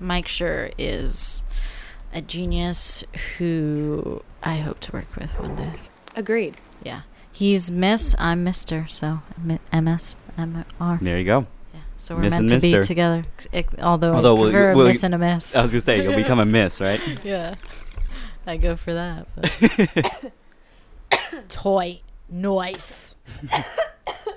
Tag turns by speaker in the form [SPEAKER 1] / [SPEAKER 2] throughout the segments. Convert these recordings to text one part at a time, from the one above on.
[SPEAKER 1] Mike Schur is a genius who I hope to work with one day.
[SPEAKER 2] Agreed.
[SPEAKER 1] Yeah. He's Miss, I'm Mister, so mi- MS, MR.
[SPEAKER 3] There you go.
[SPEAKER 1] Yeah. So we're
[SPEAKER 3] Miss
[SPEAKER 1] meant
[SPEAKER 3] and
[SPEAKER 1] to be
[SPEAKER 3] Mister.
[SPEAKER 1] together, ex- although,
[SPEAKER 3] Although
[SPEAKER 1] although I
[SPEAKER 3] we'll-
[SPEAKER 1] prefer
[SPEAKER 3] we'll- uh,
[SPEAKER 1] a miss and a miss.
[SPEAKER 3] I was gonna say you'll become a miss, right?
[SPEAKER 1] yeah. I go for that. but- Toy. Noise.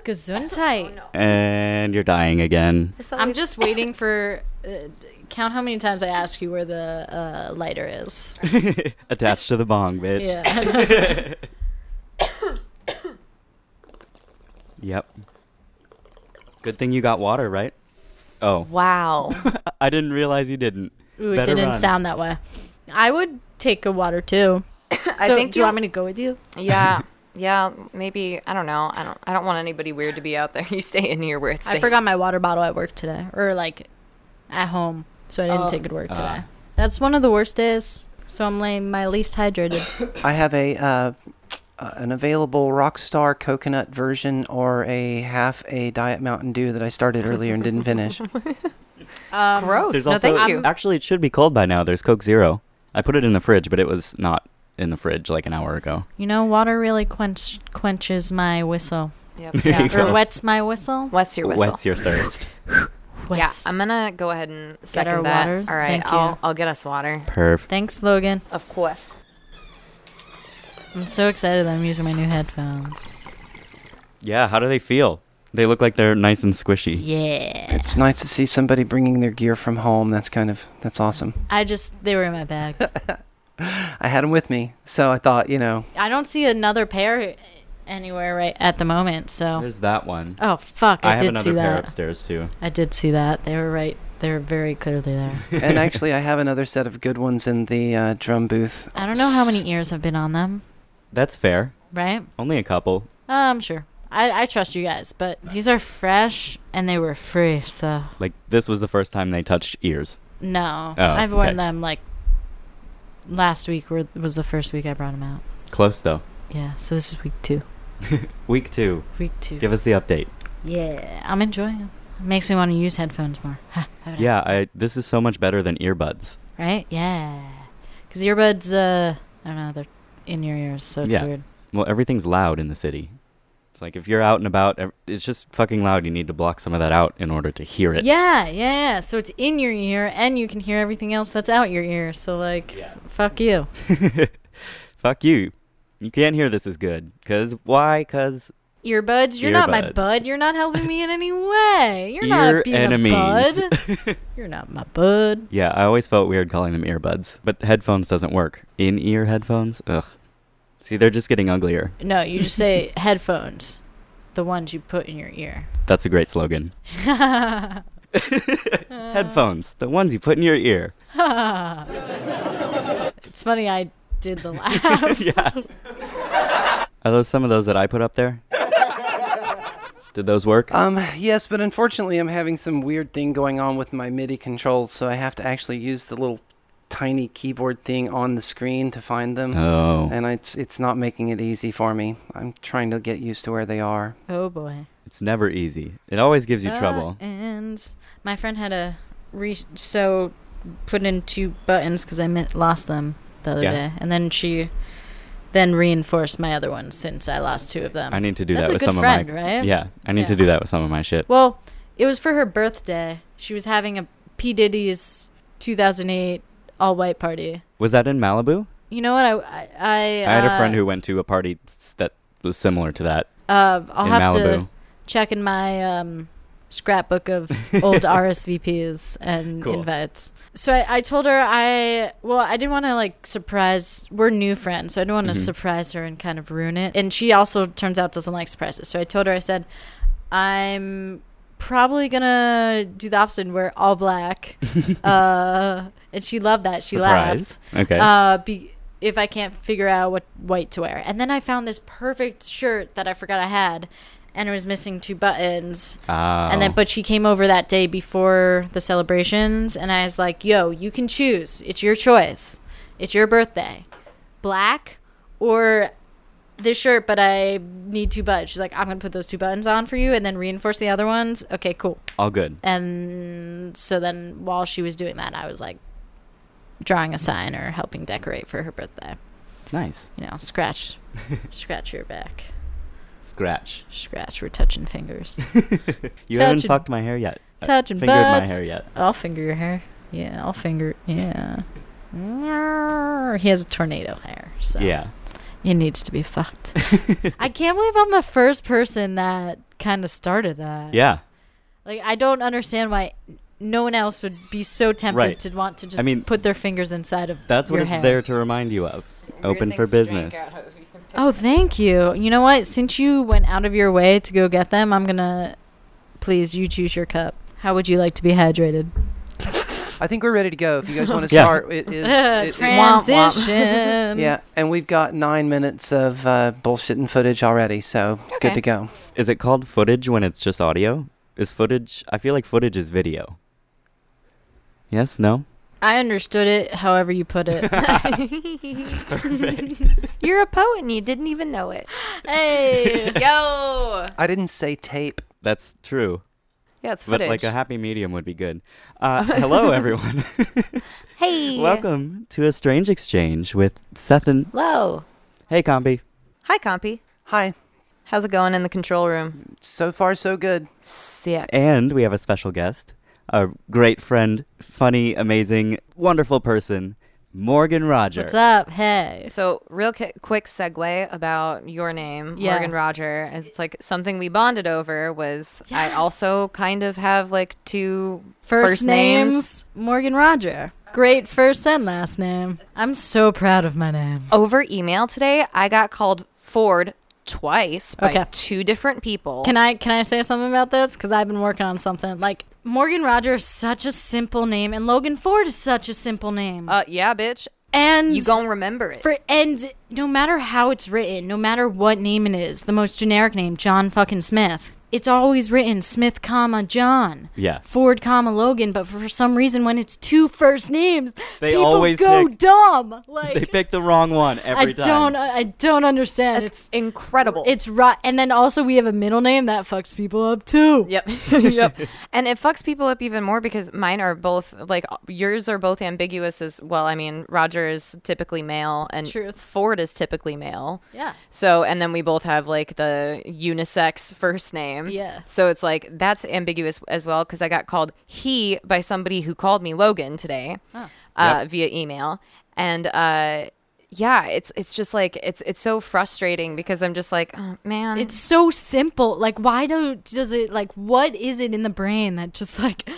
[SPEAKER 1] Gesundheit.
[SPEAKER 3] And you're dying again.
[SPEAKER 2] It's
[SPEAKER 1] I'm
[SPEAKER 2] always-
[SPEAKER 1] just waiting for. Uh, d- count how many times I ask you where the uh, lighter is.
[SPEAKER 3] Attached to the bong, bitch.
[SPEAKER 1] Yeah.
[SPEAKER 3] Yep. Good thing you got water, right? Oh,
[SPEAKER 2] Wow.
[SPEAKER 3] I didn't realize you didn't.
[SPEAKER 1] Ooh, it
[SPEAKER 3] Better
[SPEAKER 1] didn't
[SPEAKER 3] run.
[SPEAKER 1] sound that way. I would take a water too.
[SPEAKER 2] I
[SPEAKER 1] So,
[SPEAKER 2] think
[SPEAKER 1] do you
[SPEAKER 2] you-
[SPEAKER 1] want me to go with you?
[SPEAKER 2] yeah. Yeah, maybe I don't know. I don't. I don't want anybody weird to be out there. You stay in here where it's
[SPEAKER 1] I
[SPEAKER 2] safe.
[SPEAKER 1] forgot my water bottle at work today, or like at home, so I
[SPEAKER 2] Oh.
[SPEAKER 1] didn't take it to work today.
[SPEAKER 3] Ah.
[SPEAKER 1] That's one of the worst days. So I'm like my least hydrated.
[SPEAKER 4] I have a uh, uh, an available Rockstar coconut version or a half a Diet Mountain Dew that I started earlier and didn't finish.
[SPEAKER 1] Um,
[SPEAKER 2] Gross.
[SPEAKER 3] There's
[SPEAKER 2] Oh, no,
[SPEAKER 3] also
[SPEAKER 2] thank you.
[SPEAKER 3] actually it should be cold by now. There's Coke Zero. I put it in the fridge, but it was not in the fridge like an hour ago.
[SPEAKER 1] You know, water really quench quenches my whistle,
[SPEAKER 2] Yep.
[SPEAKER 3] There
[SPEAKER 2] Yeah.
[SPEAKER 3] you go.
[SPEAKER 1] or wets my whistle.
[SPEAKER 2] What's your whistle?
[SPEAKER 3] Wets your thirst.
[SPEAKER 1] Wets.
[SPEAKER 2] Yeah, I'm gonna go ahead and second
[SPEAKER 1] our
[SPEAKER 2] that.
[SPEAKER 1] waters.
[SPEAKER 2] All right,
[SPEAKER 1] Thank you.
[SPEAKER 2] I'll I'll get us water.
[SPEAKER 3] Perf.
[SPEAKER 1] Thanks, Logan.
[SPEAKER 2] Of course.
[SPEAKER 1] I'm so excited. that I'm using my new headphones.
[SPEAKER 3] Yeah, how do they feel? They look like they're nice and squishy.
[SPEAKER 1] Yeah.
[SPEAKER 4] it's nice to see somebody bringing their gear from home. That's kind of that's awesome.
[SPEAKER 1] I just they were in my bag.
[SPEAKER 4] I had them with me, so I thought you know
[SPEAKER 1] I don't see another pair anywhere right at the moment. So.
[SPEAKER 3] There's that one.
[SPEAKER 1] Oh fuck! I,
[SPEAKER 3] I have
[SPEAKER 1] did see
[SPEAKER 3] another pair
[SPEAKER 1] that.
[SPEAKER 3] upstairs too.
[SPEAKER 1] I did see that. They were right. They were very clearly there.
[SPEAKER 4] and actually, I have another set of good ones in the uh, drum booth.
[SPEAKER 1] I don't know how many ears have been on them,
[SPEAKER 3] That's fair.
[SPEAKER 1] right?
[SPEAKER 3] Only a couple.
[SPEAKER 1] Um, sure. I, I trust you guys, but these are fresh and they were free, so
[SPEAKER 3] Like this was the first time they touched ears.
[SPEAKER 1] no.
[SPEAKER 3] Oh,
[SPEAKER 1] I've worn
[SPEAKER 3] okay.
[SPEAKER 1] them like last week were, was the first week I brought them out.
[SPEAKER 3] Close though.
[SPEAKER 1] Yeah, so this is week two.
[SPEAKER 3] Week two.
[SPEAKER 1] Week two.
[SPEAKER 3] Give us the update.
[SPEAKER 1] yeah, I'm enjoying them. makes me want to use headphones more. Ha, have it
[SPEAKER 3] Yeah, I this is so much better than earbuds.
[SPEAKER 1] out, Right? Yeah. Because earbuds, uh, I don't know, they're in your ears, so it's
[SPEAKER 3] Yeah.
[SPEAKER 1] weird.
[SPEAKER 3] Well, everything's loud in the city. It's like if you're out and about, ev- it's just fucking loud. You need to block some of that out in order to hear it.
[SPEAKER 1] Yeah, yeah, yeah. So it's in your ear, and you can hear everything else that's out your ear. So like, f- fuck you.
[SPEAKER 3] Fuck you. You can't hear this is good. Cause why? Cause
[SPEAKER 1] Earbuds, you're not my
[SPEAKER 3] Earbuds.
[SPEAKER 1] bud. You're not helping me in any way. You're not
[SPEAKER 3] Ear
[SPEAKER 1] being
[SPEAKER 3] enemies.
[SPEAKER 1] a bud. You're not my bud.
[SPEAKER 3] yeah, I always felt weird calling them earbuds, but headphones doesn't work. In ear headphones. Ugh. See, they're just getting uglier.
[SPEAKER 1] No, you just say headphones, the ones you put in your ear.
[SPEAKER 3] That's a great slogan. headphones, the ones you put in your ear.
[SPEAKER 1] It's funny I did the laugh.
[SPEAKER 3] yeah. Are those some of those that I put up there? Did those work?
[SPEAKER 4] Um, yes, but unfortunately, I'm having some weird thing going on with my MIDI controls, so I have to actually use the little tiny keyboard thing on the screen to find them.
[SPEAKER 3] Oh.
[SPEAKER 4] And it's it's not making it easy for me. I'm trying to get used to where they are.
[SPEAKER 1] oh boy.
[SPEAKER 3] It's never easy. It always gives you trouble.
[SPEAKER 1] Uh, And my friend had a re- so put in two buttons because I mi- lost them the other
[SPEAKER 3] Yeah.
[SPEAKER 1] day, and then she then reinforced my other ones since I lost two of them.
[SPEAKER 3] I need to do
[SPEAKER 1] That's
[SPEAKER 3] that
[SPEAKER 1] a
[SPEAKER 3] with
[SPEAKER 1] good
[SPEAKER 3] some
[SPEAKER 1] friend,
[SPEAKER 3] of my
[SPEAKER 1] right?
[SPEAKER 3] Yeah, I need to
[SPEAKER 1] Yeah.
[SPEAKER 3] do that with some of my shit.
[SPEAKER 1] Well, it was for her birthday. She was having a P Diddy's 2008 all white party.
[SPEAKER 3] Was that in Malibu?
[SPEAKER 1] You know what? I I, I,
[SPEAKER 3] I had
[SPEAKER 1] uh,
[SPEAKER 3] a friend who went to a party s- that was similar to that
[SPEAKER 1] Uh, I'll
[SPEAKER 3] in
[SPEAKER 1] have
[SPEAKER 3] Malibu.
[SPEAKER 1] to check in my um, scrapbook of old RSVPs and
[SPEAKER 3] Cool.
[SPEAKER 1] invites. So I, I told her I well I didn't want to like surprise. We're new friends, so I didn't want to
[SPEAKER 3] Mm-hmm.
[SPEAKER 1] surprise her and kind of ruin it. And she also turns out doesn't like surprises. So I told her I said I'm probably gonna do the opposite and wear all black. uh, and she loved that. She laughed
[SPEAKER 3] Surprise. Okay.
[SPEAKER 1] uh, be, if I can't figure out what white to wear. And then I found this perfect shirt that I forgot I had, and it was missing two buttons. And then,
[SPEAKER 3] Oh.
[SPEAKER 1] but she came over that day before the celebrations, and I was like, "Yo, you can choose. It's your choice. It's your birthday. Black or this shirt, but I need two buttons. She's like, I'm gonna put those two buttons on for you and then reinforce the other ones. Okay, cool.
[SPEAKER 3] All good.
[SPEAKER 1] And so then while she was doing that, I was like drawing a sign or helping decorate for her birthday.
[SPEAKER 3] Nice.
[SPEAKER 1] You know, scratch, scratch your back,
[SPEAKER 3] Scratch.
[SPEAKER 1] scratch. We're touching fingers.
[SPEAKER 3] You haven't
[SPEAKER 1] Touching-
[SPEAKER 3] fucked my hair yet. Uh,
[SPEAKER 1] touching
[SPEAKER 3] Fingered my
[SPEAKER 1] butts.
[SPEAKER 3] hair yet.
[SPEAKER 1] I'll finger your hair. Yeah, I'll finger. Yeah. He has tornado hair, so
[SPEAKER 3] Yeah.
[SPEAKER 1] he needs to be fucked. I can't believe I'm the first person that kind of started that.
[SPEAKER 3] Yeah.
[SPEAKER 1] Like I don't understand why no one else would be so tempted
[SPEAKER 3] Right.
[SPEAKER 1] to want to just
[SPEAKER 3] I mean-
[SPEAKER 1] put their fingers inside of
[SPEAKER 3] That's
[SPEAKER 1] your
[SPEAKER 3] what it's
[SPEAKER 1] hair.
[SPEAKER 3] there to remind you of. Open for business.
[SPEAKER 1] Oh, thank you. You know what? Since you went out of your way to go get them, I'm gonna please you choose your cup. How would you like to be hydrated?
[SPEAKER 4] I think we're ready to go. If you guys want to
[SPEAKER 3] Yeah.
[SPEAKER 4] start, it is. it-
[SPEAKER 2] womp,
[SPEAKER 4] it-
[SPEAKER 2] womp.
[SPEAKER 1] Transition.
[SPEAKER 4] yeah, and we've got nine minutes of uh, bullshitting footage already, so good
[SPEAKER 2] Okay.
[SPEAKER 4] to go.
[SPEAKER 3] Is it called footage when it's just audio? Is footage? I feel like footage is video. Yes. No.
[SPEAKER 1] I understood it however you put it.
[SPEAKER 2] You're a poet and you didn't even know it.
[SPEAKER 1] hey.
[SPEAKER 2] Yo.
[SPEAKER 4] I didn't say tape.
[SPEAKER 3] That's true.
[SPEAKER 2] Yeah, it's
[SPEAKER 3] But
[SPEAKER 2] footage.
[SPEAKER 3] like a happy medium would be good. Uh, hello, everyone.
[SPEAKER 2] hey.
[SPEAKER 3] Welcome to a strange exchange with Seth and
[SPEAKER 2] Hello.
[SPEAKER 3] Hey, Combi.
[SPEAKER 2] Hi, Compy.
[SPEAKER 4] Hi.
[SPEAKER 2] How's it going in the control room?
[SPEAKER 4] So far, so good.
[SPEAKER 2] Sick.
[SPEAKER 3] And we have a special guest, a great friend, funny, amazing, wonderful person, Morgan Roger.
[SPEAKER 1] What's up? Hey.
[SPEAKER 2] So, real ki- quick segue about your name,
[SPEAKER 1] Yeah.
[SPEAKER 2] Morgan Roger. is It's like something we bonded over was I
[SPEAKER 1] Yes.
[SPEAKER 2] also kind of have like two
[SPEAKER 1] First,
[SPEAKER 2] first
[SPEAKER 1] names, Morgan Roger. Great first and last name. I'm so proud of my name.
[SPEAKER 2] Over email today, I got called Ford twice by
[SPEAKER 1] Okay.
[SPEAKER 2] two different people.
[SPEAKER 1] Can I can I say something about this? Because I've been working on something. Like Morgan Roger is such a simple name, and Logan Ford is such a simple name.
[SPEAKER 2] uh, yeah, bitch.
[SPEAKER 1] and
[SPEAKER 2] You gonna remember it.
[SPEAKER 1] for and no matter how it's written, no matter what name it is, the most generic name, John fucking Smith. It's always written Smith, comma John.
[SPEAKER 3] Yeah.
[SPEAKER 1] Ford, comma Logan. But for some reason, when it's two first names,
[SPEAKER 3] They
[SPEAKER 1] people
[SPEAKER 3] always
[SPEAKER 1] go
[SPEAKER 3] pick-
[SPEAKER 1] dumb. Like
[SPEAKER 3] They picked the wrong one every
[SPEAKER 1] I
[SPEAKER 3] time.
[SPEAKER 1] don't. I don't understand.
[SPEAKER 2] It's incredible.
[SPEAKER 1] It's right, and then also we have a middle name that fucks people up too.
[SPEAKER 2] Yep. yep. And it fucks people up even more because mine are both like yours are both ambiguous as well. I mean, Roger is typically male and
[SPEAKER 1] Truth.
[SPEAKER 2] Ford is typically male.
[SPEAKER 1] Yeah.
[SPEAKER 2] So, and then we both have like the unisex first name.
[SPEAKER 1] Yeah.
[SPEAKER 2] So it's like that's ambiguous as well because I got called he by somebody who called me Logan today uh, via email. And, uh, yeah, it's it's just like it's it's so frustrating because I'm just like, oh man,
[SPEAKER 1] It's so simple. Like, why do does it like? What is it in the brain that just like,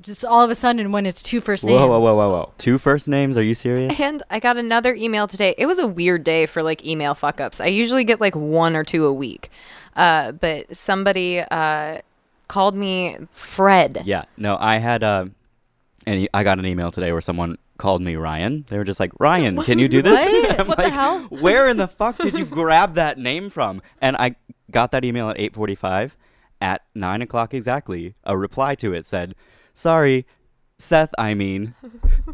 [SPEAKER 1] just all of a sudden when it's two first names?
[SPEAKER 3] Whoa, whoa, whoa, whoa, whoa. Two first names? Are you serious?
[SPEAKER 2] And I got another email today. It was a weird day for like email fuck ups. I usually get like one or two a week. Uh, but somebody uh, called me Fred.
[SPEAKER 3] yeah. No, I had uh, and I got an email today where someone called me Ryan. They were just like, "Ryan, can you do this?"
[SPEAKER 1] What?
[SPEAKER 3] I'm
[SPEAKER 1] What the
[SPEAKER 3] like,
[SPEAKER 1] hell?
[SPEAKER 3] "Where in the fuck did you grab that name from?" And I got that email at 8:45. At nine o'clock exactly, a reply to it said, "Sorry, Seth. I mean,"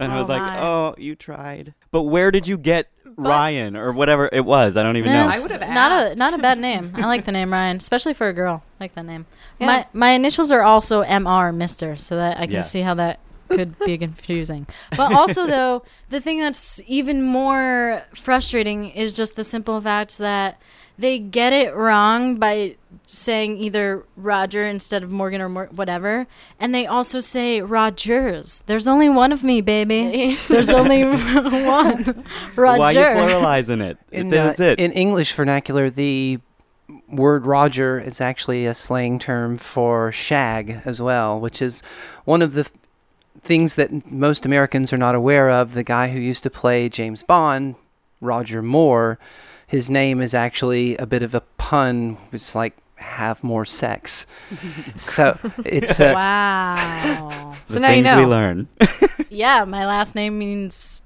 [SPEAKER 3] and I was like,
[SPEAKER 1] my.
[SPEAKER 3] "Oh, you tried." But where did you get Ryan or whatever it was? I don't even know.
[SPEAKER 2] I would- would've
[SPEAKER 1] not a
[SPEAKER 2] asked.
[SPEAKER 1] not a bad name. I like the name Ryan, especially for a girl. I like that name.
[SPEAKER 2] Yeah.
[SPEAKER 1] My my initials are also Mr. Mister, so that I can
[SPEAKER 3] Yeah.
[SPEAKER 1] see how that could be confusing. But also though, the thing that's even more frustrating is just the simple fact that they get it wrong by saying either Roger instead of Morgan or Mor- whatever, and they also say Rogers. There's only one of me, baby. There's only one. Roger.
[SPEAKER 3] Why are you pluralizing it?
[SPEAKER 4] In, uh,
[SPEAKER 3] That's it.
[SPEAKER 4] in English vernacular, the word Roger is actually a slang term for shag as well, which is one of the f- things that most Americans are not aware of. The guy who used to play James Bond, Roger Moore, his name is actually a bit of a pun. It's like have more sex. so it's uh, a,
[SPEAKER 1] Wow.
[SPEAKER 2] So
[SPEAKER 3] the
[SPEAKER 2] now
[SPEAKER 3] things
[SPEAKER 2] you
[SPEAKER 3] we
[SPEAKER 2] know.
[SPEAKER 3] learn.
[SPEAKER 1] yeah, my last name means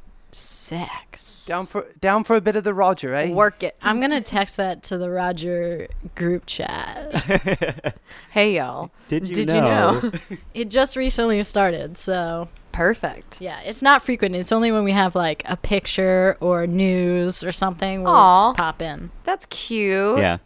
[SPEAKER 1] sex.
[SPEAKER 4] down for down for a bit of the Roger, eh?
[SPEAKER 2] Work it.
[SPEAKER 1] I'm gonna text that to the Roger group chat.
[SPEAKER 2] Hey, y'all.
[SPEAKER 3] Did you
[SPEAKER 2] Did you
[SPEAKER 3] know?
[SPEAKER 2] know?
[SPEAKER 1] It just recently started, so
[SPEAKER 2] perfect.
[SPEAKER 1] Yeah, it's not frequent. It's only when we have like a picture or news or something we'll
[SPEAKER 2] Aw.
[SPEAKER 1] just pop in.
[SPEAKER 2] That's cute.
[SPEAKER 3] Yeah.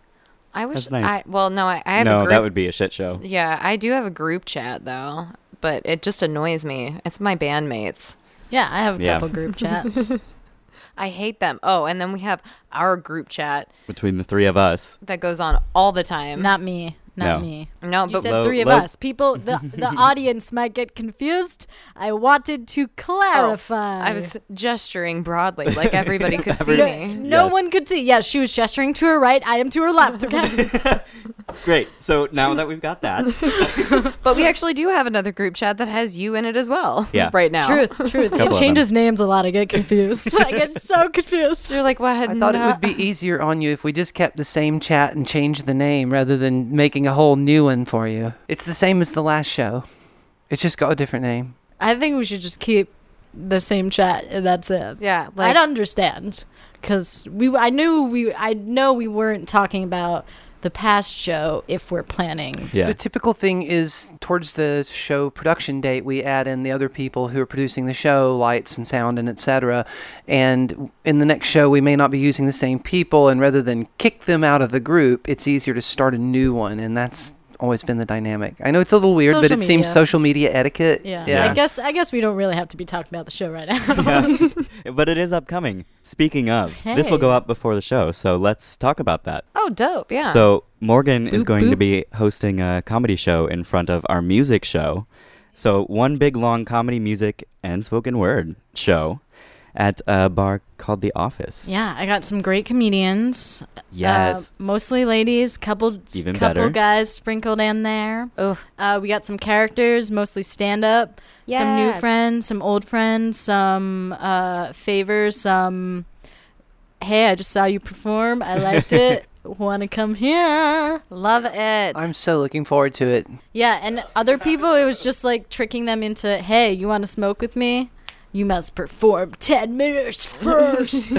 [SPEAKER 2] I wish
[SPEAKER 3] That's nice.
[SPEAKER 2] I well no, I, I have a
[SPEAKER 3] No,
[SPEAKER 2] group
[SPEAKER 3] that would be a shit show.
[SPEAKER 2] Yeah, I do have a group chat though, but it just annoys me. It's my bandmates.
[SPEAKER 1] Yeah, I have a
[SPEAKER 3] Yeah.
[SPEAKER 1] couple group chats.
[SPEAKER 2] I hate them. Oh, and then we have our group chat
[SPEAKER 3] Between the three of us.
[SPEAKER 2] that goes on all the time.
[SPEAKER 1] not me. Not
[SPEAKER 3] No.
[SPEAKER 1] me.
[SPEAKER 2] no,
[SPEAKER 1] You
[SPEAKER 2] but
[SPEAKER 1] said
[SPEAKER 3] Lo-
[SPEAKER 1] three of
[SPEAKER 3] lo-
[SPEAKER 1] us. People, the, the audience might get confused. I wanted to clarify.
[SPEAKER 2] Oh, I was gesturing broadly, like everybody could see
[SPEAKER 1] No,
[SPEAKER 2] me.
[SPEAKER 1] no
[SPEAKER 3] Yes.
[SPEAKER 1] one could see. Yeah, she was gesturing to her right. I am to her left. Okay.
[SPEAKER 3] Great. So now that we've got that,
[SPEAKER 2] But we actually do have another group chat that has you in it as well.
[SPEAKER 3] Yeah.
[SPEAKER 2] Right now.
[SPEAKER 1] truth, truth.
[SPEAKER 3] Couple of
[SPEAKER 1] It changes names a lot. I get confused. I get so confused.
[SPEAKER 2] You're like, what?
[SPEAKER 4] I thought it would be easier on you if we just kept the same chat and changed the name rather than making a whole new one for you. It's the same as the last show. It's just got a different name.
[SPEAKER 1] I think we should just keep the same chat and that's it.
[SPEAKER 2] Yeah.
[SPEAKER 1] I'd
[SPEAKER 2] Like,
[SPEAKER 1] understand because we. I knew we. I know we weren't talking about the past show if we're planning.
[SPEAKER 3] yeah.
[SPEAKER 4] The typical thing is towards the show production date, we add in the other people who are producing the show, lights and sound and etc. And in the next show, we may not be using the same people, and rather than kick them out of the group, it's easier to start a new one, and that's always been the dynamic. I know it's a little weird, but
[SPEAKER 1] Social
[SPEAKER 4] it seems
[SPEAKER 1] media.
[SPEAKER 4] social media etiquette.
[SPEAKER 1] Yeah.
[SPEAKER 3] Yeah.
[SPEAKER 1] I guess. I guess we don't really have to be talking about the show right now.
[SPEAKER 3] Yeah. but it is upcoming. Speaking of, this will go
[SPEAKER 1] Hey.
[SPEAKER 3] up before the show, so let's talk about that.
[SPEAKER 2] oh, dope. Yeah.
[SPEAKER 3] So Morgan is
[SPEAKER 1] Boop,
[SPEAKER 3] going to
[SPEAKER 1] boop.
[SPEAKER 3] be hosting a comedy show in front of our music show. So one big long comedy music and spoken word show at a bar called The Office.
[SPEAKER 1] yeah, I got some great comedians.
[SPEAKER 3] Yes.
[SPEAKER 1] Uh, mostly ladies. Couple.
[SPEAKER 3] Even
[SPEAKER 1] couple
[SPEAKER 3] better.
[SPEAKER 1] guys sprinkled in there.
[SPEAKER 2] oh,
[SPEAKER 1] Uh, we got some characters, mostly stand up. Some new
[SPEAKER 2] Yes.
[SPEAKER 1] friends, some old friends, some uh, favors, some. Hey, I just saw you perform. I liked it. Want to come here?
[SPEAKER 2] love it.
[SPEAKER 4] I'm so looking forward to it.
[SPEAKER 1] Yeah, and other people, it was just like tricking them into, hey, you want to smoke with me? You must perform 10 minutes first.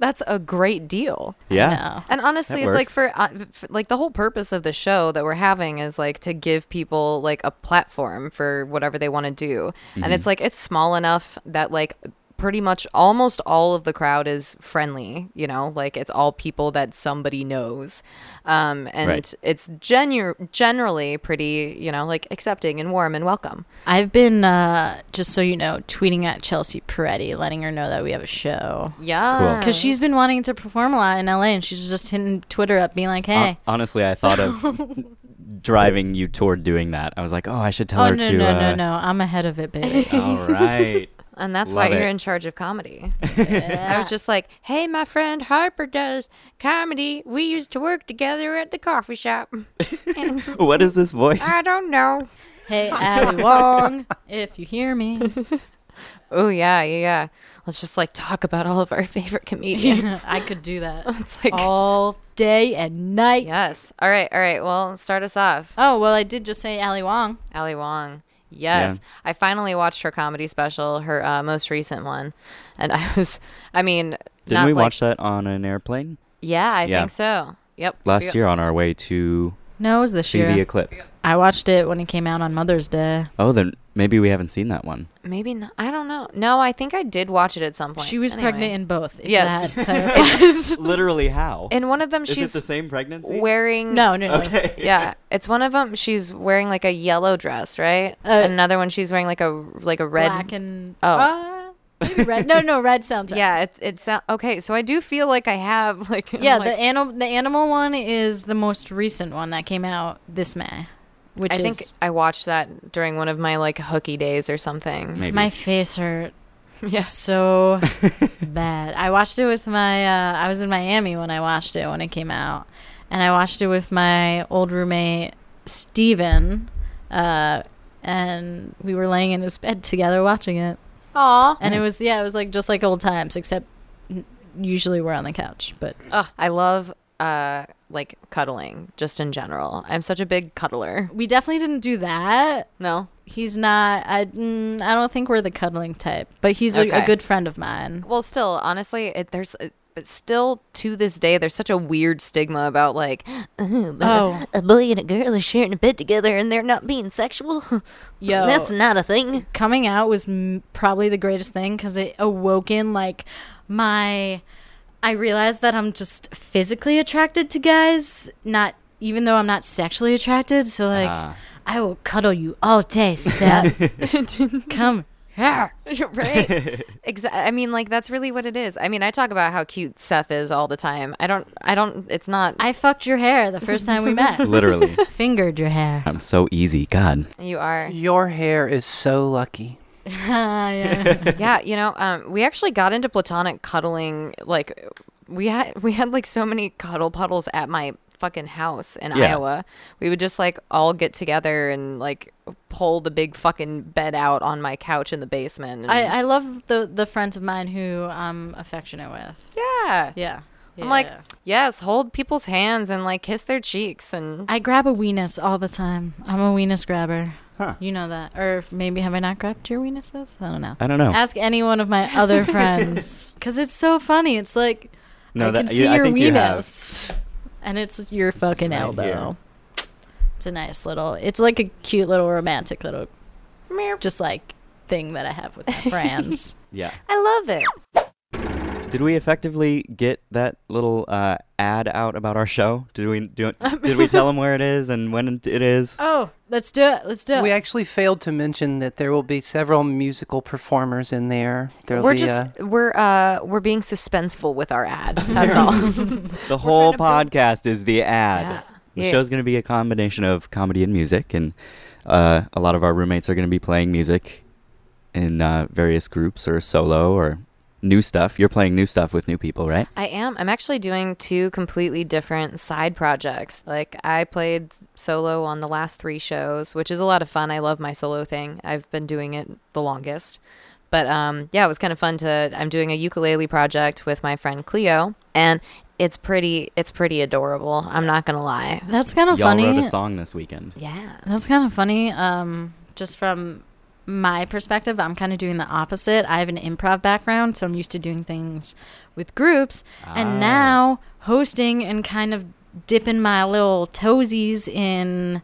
[SPEAKER 2] That's a great deal.
[SPEAKER 3] Yeah.
[SPEAKER 1] No.
[SPEAKER 2] And honestly,
[SPEAKER 3] That
[SPEAKER 2] it's like
[SPEAKER 3] works.
[SPEAKER 2] for, uh, f like the whole purpose of the show that we're having is like to give people like a platform for whatever they want to do.
[SPEAKER 3] Mm-hmm.
[SPEAKER 2] And it's like it's small enough that like pretty much almost all of the crowd is friendly, you know, like it's all people that somebody knows. Um and
[SPEAKER 3] Right.
[SPEAKER 2] it's genu- generally pretty, you know, like accepting and warm and welcome.
[SPEAKER 1] I've been, uh, just so you know, tweeting at Chelsea Peretti, letting her know that we have a show.
[SPEAKER 2] Yeah.
[SPEAKER 1] Because she's been wanting to perform a lot in LA, and she's just hitting Twitter up, being like,
[SPEAKER 3] Hon-
[SPEAKER 1] hey.
[SPEAKER 3] honestly, I thought of driving you toward doing that. I was like, oh, I should tell
[SPEAKER 1] Oh
[SPEAKER 3] her
[SPEAKER 1] no
[SPEAKER 3] to.
[SPEAKER 1] no
[SPEAKER 3] uh,
[SPEAKER 1] no no! I'm ahead of it, baby.
[SPEAKER 3] All right.
[SPEAKER 2] And that's
[SPEAKER 3] Love
[SPEAKER 2] why you're
[SPEAKER 3] it.
[SPEAKER 2] in charge of comedy. I was just like, hey, my friend Harper does comedy. We used to work together at the coffee shop.
[SPEAKER 3] what is this voice?
[SPEAKER 1] Ah,
[SPEAKER 2] I don't know.
[SPEAKER 1] hey, Allie Wong, if you hear me,
[SPEAKER 2] Oh, yeah, yeah, yeah. Let's just like talk about all of our favorite comedians.
[SPEAKER 1] I could do that
[SPEAKER 2] it's like,
[SPEAKER 1] all day and night.
[SPEAKER 2] yes. All right, all right. Well, start us off.
[SPEAKER 1] Oh well, I did just say Allie Wong.
[SPEAKER 2] Ali Wong. Yes. I finally watched her comedy special, her uh, most recent one. And I was, I mean,
[SPEAKER 3] Didn't
[SPEAKER 2] not
[SPEAKER 3] we
[SPEAKER 2] like,
[SPEAKER 3] watch that on an airplane
[SPEAKER 2] Yeah, I
[SPEAKER 3] Yeah.
[SPEAKER 2] think so. Yep.
[SPEAKER 3] last
[SPEAKER 2] We-
[SPEAKER 3] year on our way to
[SPEAKER 1] No, it was this
[SPEAKER 3] see
[SPEAKER 1] year.
[SPEAKER 3] the eclipse?
[SPEAKER 1] I watched it when it came out on Mother's Day.
[SPEAKER 3] Oh, then maybe we haven't seen that one.
[SPEAKER 2] Maybe not. I don't know. No, I think I did watch it at some point.
[SPEAKER 1] She was
[SPEAKER 2] Anyway.
[SPEAKER 1] pregnant in both. If
[SPEAKER 2] Yes.
[SPEAKER 1] that clarifies.
[SPEAKER 3] Literally, how?
[SPEAKER 2] In one of them,
[SPEAKER 3] Is
[SPEAKER 2] she's
[SPEAKER 3] it the same pregnancy?
[SPEAKER 2] wearing.
[SPEAKER 1] no, no, no.
[SPEAKER 3] Okay.
[SPEAKER 2] Yeah, it's one of them. She's wearing like a yellow dress, right?
[SPEAKER 1] Uh,
[SPEAKER 2] Another one, she's wearing like a like a red.
[SPEAKER 1] Black and
[SPEAKER 2] Oh.
[SPEAKER 1] Uh, maybe red. No, no, red sounds. right.
[SPEAKER 2] yeah, it's it's uh, okay. So I do feel like I have like I'm
[SPEAKER 1] Yeah,
[SPEAKER 2] like-
[SPEAKER 1] the animal the animal one is the most recent one that came out this May, which
[SPEAKER 2] I
[SPEAKER 1] is
[SPEAKER 2] think I watched that during one of my like hooky days or something.
[SPEAKER 3] Maybe.
[SPEAKER 1] my face hurt
[SPEAKER 2] Yeah.
[SPEAKER 1] so
[SPEAKER 3] Ah.
[SPEAKER 1] bad. I watched it with my. Uh, I was in Miami when I watched it when it came out, and I watched it with my old roommate Steven, uh, and we were laying in his bed together watching it.
[SPEAKER 2] Aw.
[SPEAKER 1] And it
[SPEAKER 3] Nice.
[SPEAKER 1] was yeah, it was like just like old times, except n- usually we're on the couch. But
[SPEAKER 2] Ugh, I love uh like cuddling just in general. I'm such a big cuddler.
[SPEAKER 1] we definitely didn't do that.
[SPEAKER 2] No.
[SPEAKER 1] He's not. I mm, I don't think we're the cuddling type, but he's a,
[SPEAKER 2] Okay.
[SPEAKER 1] a good friend of mine.
[SPEAKER 2] Well, still, honestly, it, there's uh, but still to this day there's such a weird stigma about like oh,
[SPEAKER 1] Oh.
[SPEAKER 2] a boy and a girl are sharing a bed together and they're not being sexual
[SPEAKER 1] Yo.
[SPEAKER 2] that's not a thing
[SPEAKER 1] coming out was m- probably the greatest thing because it awoken like my i realized that i'm just physically attracted to guys not even though i'm not sexually attracted so like
[SPEAKER 2] Uh-huh.
[SPEAKER 3] Ah.
[SPEAKER 1] i will cuddle you all day seth come here
[SPEAKER 2] right exactly i mean like that's really what it is i mean i talk about how cute seth is all the time i don't i don't it's not
[SPEAKER 1] i fucked your hair the first time we met
[SPEAKER 3] Literally.
[SPEAKER 1] fingered your hair
[SPEAKER 3] I'm so easy. God.
[SPEAKER 2] you are
[SPEAKER 4] Your hair is so lucky.
[SPEAKER 1] yeah.
[SPEAKER 2] yeah you know um we actually got into platonic cuddling like we had we had like so many cuddle puddles at my fucking house in
[SPEAKER 3] Yeah.
[SPEAKER 2] iowa we would just like all get together and like pull the big fucking bed out on my couch in the basement and-
[SPEAKER 1] I, I love the the friends of mine who i'm affectionate with
[SPEAKER 2] yeah.
[SPEAKER 1] yeah, yeah.
[SPEAKER 2] i'm like yes hold people's hands and like kiss their cheeks and
[SPEAKER 1] I grab a weenus all the time. I'm a weenus grabber.
[SPEAKER 3] Huh.
[SPEAKER 1] You know that. Or maybe have I not grabbed your weenuses? I don't know.
[SPEAKER 3] I don't know.
[SPEAKER 1] Ask any one of my other friends. Because it's so funny. It's like,
[SPEAKER 3] No,
[SPEAKER 1] I
[SPEAKER 3] that-
[SPEAKER 1] can
[SPEAKER 3] yeah,
[SPEAKER 1] see
[SPEAKER 3] I
[SPEAKER 1] your
[SPEAKER 3] think you have.
[SPEAKER 1] weenus. and it's your fucking
[SPEAKER 3] right
[SPEAKER 1] elbow.
[SPEAKER 3] here.
[SPEAKER 1] It's a nice little, it's like a cute little romantic little, just like thing that I have with my friends.
[SPEAKER 3] yeah.
[SPEAKER 2] i love it
[SPEAKER 3] Did we effectively get that little uh, ad out about our show? Did we do? It, did we tell them where it is and when it is?
[SPEAKER 1] oh, let's do it. Let's do it.
[SPEAKER 4] We actually failed to mention that there will be several musical performers in there. There'll
[SPEAKER 2] we're
[SPEAKER 4] be
[SPEAKER 2] just
[SPEAKER 4] a,
[SPEAKER 2] we're uh we're being suspenseful with our ad that's all
[SPEAKER 3] The whole
[SPEAKER 2] trying to
[SPEAKER 3] podcast is the ad.
[SPEAKER 2] Yeah.
[SPEAKER 3] The
[SPEAKER 2] Yeah.
[SPEAKER 3] show's going to be a combination of comedy and music, and uh, a lot of our roommates are going to be playing music in uh, various groups or solo or new stuff. You're playing new stuff with new people, right?
[SPEAKER 2] I am. I'm actually doing two completely different side projects. Like I played solo on the last three shows, which is a lot of fun. I love my solo thing. I've been doing it the longest. But um, yeah, it was kind of fun to. I'm doing a ukulele project with my friend Cleo, and it's pretty. It's pretty adorable. I'm not gonna lie.
[SPEAKER 1] That's kind of
[SPEAKER 3] Y'all
[SPEAKER 1] funny.
[SPEAKER 3] wrote a song this weekend.
[SPEAKER 2] Yeah.
[SPEAKER 1] That's kind of funny. Um, just from my perspective, I'm kind of doing the opposite. I have an improv background, so I'm used to doing things with groups,
[SPEAKER 3] Ah.
[SPEAKER 1] and now hosting and kind of dipping my little toesies in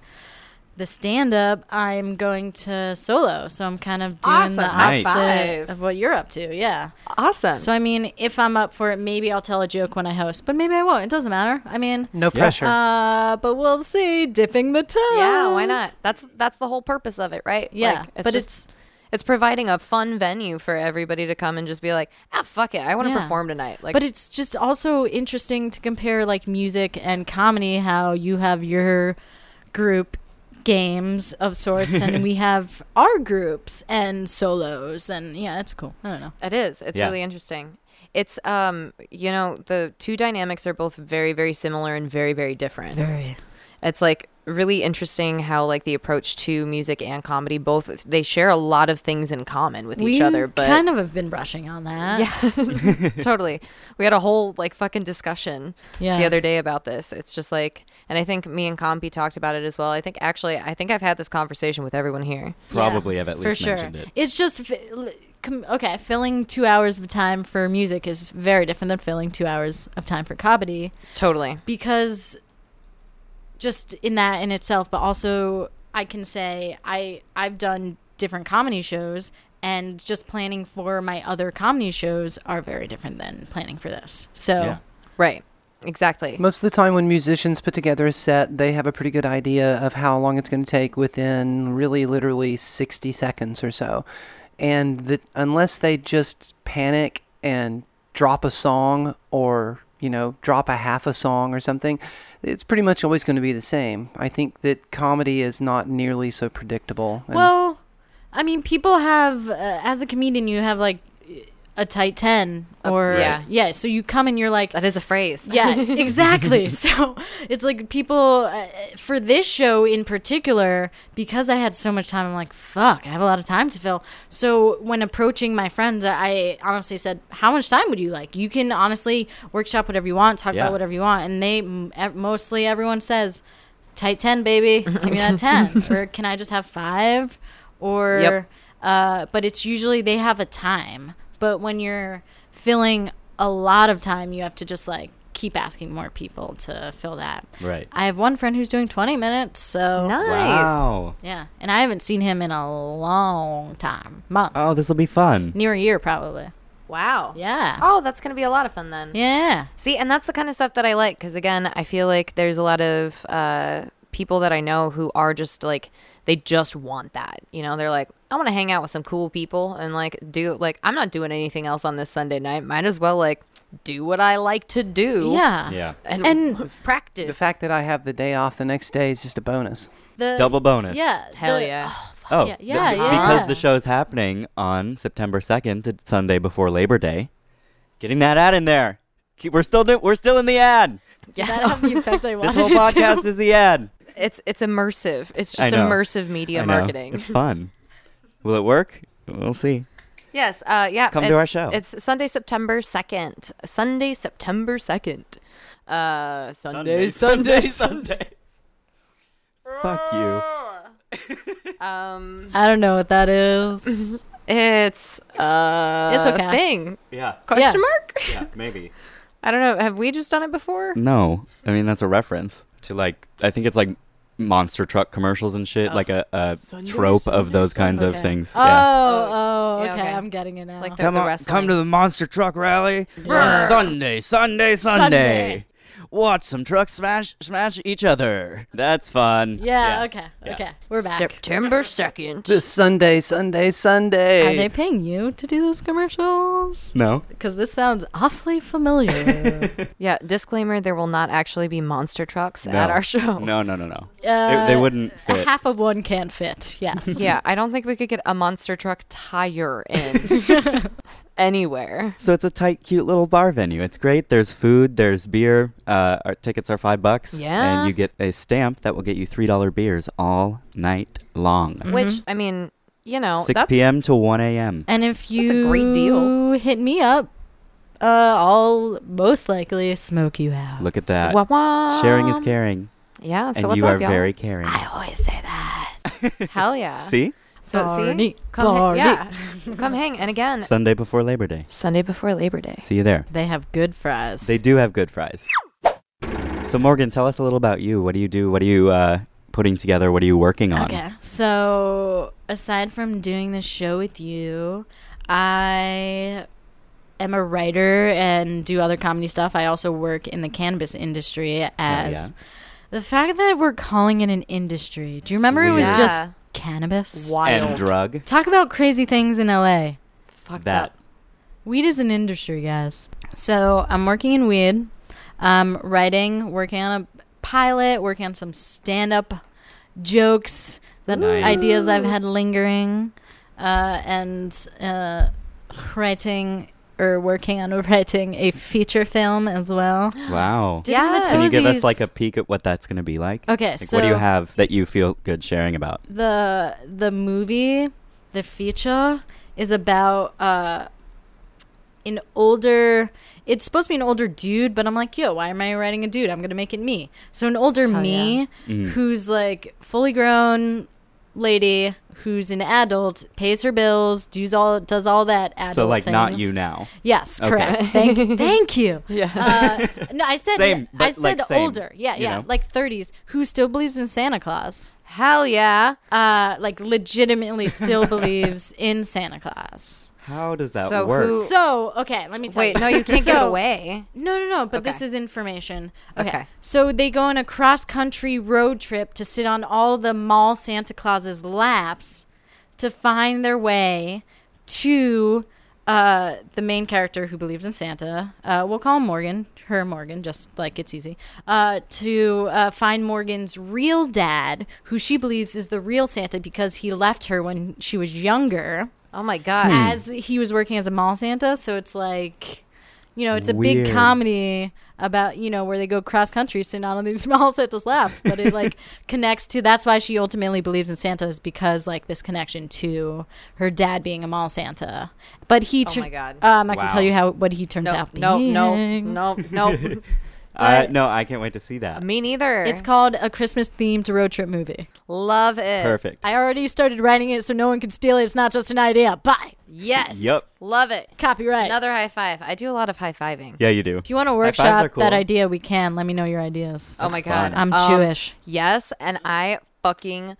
[SPEAKER 1] the stand up. I'm going to solo, so I'm kind of doing
[SPEAKER 2] Awesome.
[SPEAKER 1] the
[SPEAKER 2] High
[SPEAKER 1] opposite
[SPEAKER 2] five.
[SPEAKER 1] of what you're up to. Yeah.
[SPEAKER 2] Awesome.
[SPEAKER 1] So I mean, if I'm up for it, maybe I'll tell a joke when I host, but maybe I won't. It doesn't matter. I mean.
[SPEAKER 4] no pressure.
[SPEAKER 1] Uh, but we'll see. Dipping the toes.
[SPEAKER 2] yeah, why not? That's that's the whole purpose of it, right?
[SPEAKER 1] Yeah,
[SPEAKER 2] Like, it's
[SPEAKER 1] but
[SPEAKER 2] just-
[SPEAKER 1] it's
[SPEAKER 2] it's providing a fun venue for everybody to come and just be like, ah, fuck it, I want to
[SPEAKER 1] Yeah.
[SPEAKER 2] perform tonight. Like,
[SPEAKER 1] but it's just also interesting to compare like music and comedy how you have your group games of sorts and we have our groups and solos and yeah, it's cool. I don't know.
[SPEAKER 2] It is. It's
[SPEAKER 3] Yeah.
[SPEAKER 2] really interesting. It's um, you know, the two dynamics are both very, very similar and very, very different.
[SPEAKER 1] Very.
[SPEAKER 2] It's like really interesting how like the approach to music and comedy both they share a lot of things in common with
[SPEAKER 1] We
[SPEAKER 2] each other, but
[SPEAKER 1] kind of have been brushing on that.
[SPEAKER 2] yeah, totally. We had a whole like fucking discussion
[SPEAKER 1] Yeah.
[SPEAKER 2] the other day about this. It's just like, and I think me and Compy talked about it as well. I think actually, I think I've had this conversation with everyone here.
[SPEAKER 3] Probably have at
[SPEAKER 1] for
[SPEAKER 3] least
[SPEAKER 1] sure.
[SPEAKER 3] mentioned it.
[SPEAKER 1] It's just fi- l- com- okay. Filling two hours of time for music is very different than filling two hours of time for comedy.
[SPEAKER 2] Totally.
[SPEAKER 1] because just in that in itself but also i can say i i've done different comedy shows and just planning for my other comedy shows are very different than planning for this so
[SPEAKER 3] Yeah.
[SPEAKER 2] Right. Exactly.
[SPEAKER 4] Most of the time, when musicians put together a set, they have a pretty good idea of how long it's going to take within really literally 60 seconds or so. And that unless they just panic and drop a song or, you know, drop a half a song or something, it's pretty much always going to be the same. I think that comedy is not nearly so predictable. And
[SPEAKER 1] well i mean people have uh, as a comedian you have like a tight 10 or
[SPEAKER 2] yeah.
[SPEAKER 1] yeah yeah so you come and you're like
[SPEAKER 2] That is a phrase.
[SPEAKER 1] Yeah, exactly. so it's like people uh, for this show in particular, because I had so much time, I'm like, fuck, I have a lot of time to fill. So when approaching my friends, I honestly said, how much time would you like? You can honestly workshop whatever you want, talk
[SPEAKER 3] Yeah.
[SPEAKER 1] about whatever you want, and they m- ev- mostly everyone says, tight ten, baby, give me that ten, or can I just have five, or
[SPEAKER 2] Yep.
[SPEAKER 1] uh, but it's usually they have a time. But when you're filling a lot of time you have to just like keep asking more people to fill that.
[SPEAKER 3] Right.
[SPEAKER 1] I have one friend who's doing 20 minutes, so
[SPEAKER 2] Nice.
[SPEAKER 3] Wow.
[SPEAKER 1] yeah, and I haven't seen him in a long time, months,
[SPEAKER 3] Oh, this will be fun.
[SPEAKER 1] near a year probably.
[SPEAKER 2] Wow.
[SPEAKER 1] Yeah,
[SPEAKER 2] Oh, that's going to be a lot of fun then.
[SPEAKER 1] yeah,
[SPEAKER 2] See, and that's the kind of stuff that I like because, again, I feel like there's a lot of uh, people that I know who are just like, they just want that. You know, they're like, I want to hang out with some cool people and like do, like, I'm not doing anything else on this Sunday night. Might as well like do what I like to do.
[SPEAKER 1] yeah,
[SPEAKER 3] Yeah.
[SPEAKER 2] And,
[SPEAKER 1] And-
[SPEAKER 2] practice.
[SPEAKER 4] The fact that I have the day off the next day is just a bonus.
[SPEAKER 1] The
[SPEAKER 3] Double bonus.
[SPEAKER 1] Yeah,
[SPEAKER 2] Hell
[SPEAKER 1] the-
[SPEAKER 2] yeah.
[SPEAKER 1] Oh, fuck
[SPEAKER 3] Oh,
[SPEAKER 1] yeah,
[SPEAKER 3] th-
[SPEAKER 1] yeah, yeah.
[SPEAKER 3] Because the show's happening on September 2nd, the Sunday before Labor Day. Getting that ad in there. Keep, we're still do, we're still in the ad.
[SPEAKER 1] Did that have the effect I
[SPEAKER 3] This
[SPEAKER 1] wanted
[SPEAKER 3] whole
[SPEAKER 1] it to?
[SPEAKER 3] podcast is the ad.
[SPEAKER 2] It's it's immersive. It's
[SPEAKER 3] I
[SPEAKER 2] just
[SPEAKER 3] know.
[SPEAKER 2] immersive media
[SPEAKER 3] I know.
[SPEAKER 2] marketing.
[SPEAKER 3] It's fun. Will it work? We'll see.
[SPEAKER 2] Yes. Uh, yeah.
[SPEAKER 3] Come to
[SPEAKER 2] it's-
[SPEAKER 3] our show.
[SPEAKER 2] It's Sunday, September 2nd. Sunday, September 2nd. Uh, Sunday, Sunday, Sunday.
[SPEAKER 3] Fuck you.
[SPEAKER 2] Um,
[SPEAKER 1] I don't know what that is.
[SPEAKER 2] it's uh,
[SPEAKER 1] It's okay.
[SPEAKER 2] a thing.
[SPEAKER 3] Yeah.
[SPEAKER 1] Yeah.
[SPEAKER 2] Question mark?
[SPEAKER 3] Yeah, maybe.
[SPEAKER 2] I don't know. Have we just done it before?
[SPEAKER 3] No, I mean that's a reference to like I think it's like monster truck commercials and shit, like a, a trope of those kinds
[SPEAKER 1] Okay.
[SPEAKER 3] of things.
[SPEAKER 1] Oh,
[SPEAKER 3] yeah.
[SPEAKER 1] oh,
[SPEAKER 2] yeah,
[SPEAKER 1] okay.
[SPEAKER 2] okay.
[SPEAKER 1] I'm getting it now.
[SPEAKER 2] Like
[SPEAKER 3] Come
[SPEAKER 2] the
[SPEAKER 3] on,
[SPEAKER 2] wrestling.
[SPEAKER 3] come to the monster truck rally on Sunday, Sunday, Sunday,
[SPEAKER 1] Sunday.
[SPEAKER 3] Watch some trucks smash smash each other. That's fun.
[SPEAKER 1] yeah, okay,
[SPEAKER 3] yeah.
[SPEAKER 1] okay. We're back.
[SPEAKER 2] September 2nd.
[SPEAKER 4] This Sunday, Sunday,
[SPEAKER 1] Are
[SPEAKER 4] Sunday.
[SPEAKER 1] they paying you to do those commercials?
[SPEAKER 3] No.
[SPEAKER 1] Because this sounds awfully familiar.
[SPEAKER 2] yeah, disclaimer there will not actually be monster trucks
[SPEAKER 3] No.
[SPEAKER 2] at our show.
[SPEAKER 3] No, no, no, no.
[SPEAKER 1] Uh,
[SPEAKER 3] they, they wouldn't
[SPEAKER 1] A
[SPEAKER 3] fit.
[SPEAKER 1] half of one can't fit. Yes.
[SPEAKER 2] Yeah, I don't think we could get a monster truck tire in anywhere.
[SPEAKER 3] So it's a tight, cute little bar venue. It's great. There's food. There's beer. Uh, our tickets are five bucks.
[SPEAKER 2] Yeah.
[SPEAKER 3] And you get a stamp that will get you three dollar beers all night long.
[SPEAKER 2] Which, I mean, you know,
[SPEAKER 3] 6
[SPEAKER 2] that's,
[SPEAKER 3] p.m. to 1 a.m.
[SPEAKER 1] And if you
[SPEAKER 2] a great deal.
[SPEAKER 1] hit me up, uh, I'll most likely smoke you out.
[SPEAKER 3] Look at that.
[SPEAKER 2] Wah, wah.
[SPEAKER 3] Sharing is caring,
[SPEAKER 2] Yeah, um, so
[SPEAKER 3] and
[SPEAKER 2] what's
[SPEAKER 3] you
[SPEAKER 2] up,
[SPEAKER 3] are
[SPEAKER 2] y'all?
[SPEAKER 3] very caring.
[SPEAKER 1] I always say that.
[SPEAKER 2] Hell yeah.
[SPEAKER 3] See,
[SPEAKER 2] So see,
[SPEAKER 1] Barney,
[SPEAKER 2] come hang,
[SPEAKER 1] Barney.
[SPEAKER 2] yeah, come hang, and again,
[SPEAKER 3] Sunday before Labor Day.
[SPEAKER 2] Sunday before Labor Day.
[SPEAKER 3] See you there.
[SPEAKER 1] They have good fries.
[SPEAKER 3] They do have good fries. So Morgan, tell us a little about you. What do you do? What are you uh, putting together? What are you working on?
[SPEAKER 1] Okay. So, aside from doing this show with you, I am a writer and do other comedy stuff. I also work in the cannabis industry as
[SPEAKER 3] Oh, yeah.
[SPEAKER 1] the fact that we're calling it an industry. Do you remember it was
[SPEAKER 2] Weird.
[SPEAKER 1] just
[SPEAKER 2] Yeah.
[SPEAKER 1] cannabis?
[SPEAKER 3] And drug.
[SPEAKER 1] Talk about crazy things in LA.
[SPEAKER 2] Fucked
[SPEAKER 3] That.
[SPEAKER 2] up.
[SPEAKER 1] Weed is an industry, guys. So I'm working in weed, um, writing, working on a pilot, working on some stand-up jokes, that
[SPEAKER 3] Nice.
[SPEAKER 1] ideas I've had lingering, uh, and uh, writing or working on writing a feature film as well.
[SPEAKER 3] Wow.
[SPEAKER 1] Dipping the
[SPEAKER 2] Yes.
[SPEAKER 3] Can you give us
[SPEAKER 1] toesies.
[SPEAKER 3] like a peek at what that's going to be like?
[SPEAKER 1] okay?
[SPEAKER 3] Like,
[SPEAKER 1] so
[SPEAKER 3] what do you have that you feel good sharing about?
[SPEAKER 1] the the movie the feature is about uh an older it's supposed to be an older dude but i'm like yo why am i writing a dude i'm gonna make it me so an older
[SPEAKER 2] Hell
[SPEAKER 1] me
[SPEAKER 3] Mhm.
[SPEAKER 1] who's like fully grown lady who's an adult pays her bills does all does all that adult
[SPEAKER 3] so like not
[SPEAKER 1] things.
[SPEAKER 3] you now.
[SPEAKER 1] yes
[SPEAKER 3] Okay.
[SPEAKER 1] correct thank, thank you
[SPEAKER 2] Yeah.
[SPEAKER 1] uh, no i said
[SPEAKER 3] Same,
[SPEAKER 1] i
[SPEAKER 3] but,
[SPEAKER 1] said
[SPEAKER 3] like, same,
[SPEAKER 1] older yeah
[SPEAKER 3] you
[SPEAKER 1] yeah
[SPEAKER 3] know?
[SPEAKER 1] like 30s who still believes in santa claus
[SPEAKER 2] Hell yeah.
[SPEAKER 1] uh, like legitimately still believes in Santa Claus.
[SPEAKER 3] How does that
[SPEAKER 2] So
[SPEAKER 3] work?
[SPEAKER 2] who-
[SPEAKER 1] So okay, let me tell you.
[SPEAKER 2] Wait, no, you can't give it
[SPEAKER 1] So-
[SPEAKER 2] away.
[SPEAKER 1] No, no, no. But this
[SPEAKER 2] Okay.
[SPEAKER 1] is information. Okay.
[SPEAKER 2] Okay.
[SPEAKER 1] So they go on a cross-country road trip to sit on all the mall Santa Claus's laps to find their way to uh, the main character who believes in Santa. Uh, we'll call him Morgan, her Morgan, just like it's easy. Uh, to uh, find Morgan's real dad, who she believes is the real Santa because he left her when she was younger
[SPEAKER 2] Oh my god.
[SPEAKER 3] Hmm.
[SPEAKER 1] as he was working as a mall Santa. So it's like, you know, it's a
[SPEAKER 3] Weird.
[SPEAKER 1] big comedy about you know where they go cross country sitting on these mall Santa's laps, but it like connects to that's why she ultimately believes in Santa is because like this connection to her dad being a mall Santa. But he,
[SPEAKER 2] Oh
[SPEAKER 1] tur-
[SPEAKER 2] my God.
[SPEAKER 1] uh, I'm not gonna tell
[SPEAKER 3] Wow.
[SPEAKER 1] you how what he turns
[SPEAKER 2] no,
[SPEAKER 1] out
[SPEAKER 2] no,
[SPEAKER 1] being.
[SPEAKER 2] no, no, no.
[SPEAKER 3] uh,
[SPEAKER 1] but-
[SPEAKER 3] no, I can't wait to see that.
[SPEAKER 2] Me neither.
[SPEAKER 1] It's called a Christmas themed road trip movie.
[SPEAKER 2] love it.
[SPEAKER 3] Perfect.
[SPEAKER 1] I already started writing it so no one can steal it. It's not just an idea. Bye.
[SPEAKER 2] Yes.
[SPEAKER 3] Yep.
[SPEAKER 2] Love it.
[SPEAKER 1] Copyright.
[SPEAKER 2] Another high five. I do a lot of high fiving.
[SPEAKER 3] Yeah, you do.
[SPEAKER 1] if you want to
[SPEAKER 3] High fives are
[SPEAKER 1] workshop that
[SPEAKER 3] cool.
[SPEAKER 1] idea, we can. Let me know your ideas.
[SPEAKER 2] Oh my god.
[SPEAKER 3] fun.
[SPEAKER 1] I'm
[SPEAKER 2] Um,
[SPEAKER 1] Jewish.
[SPEAKER 2] Yes, and I fucking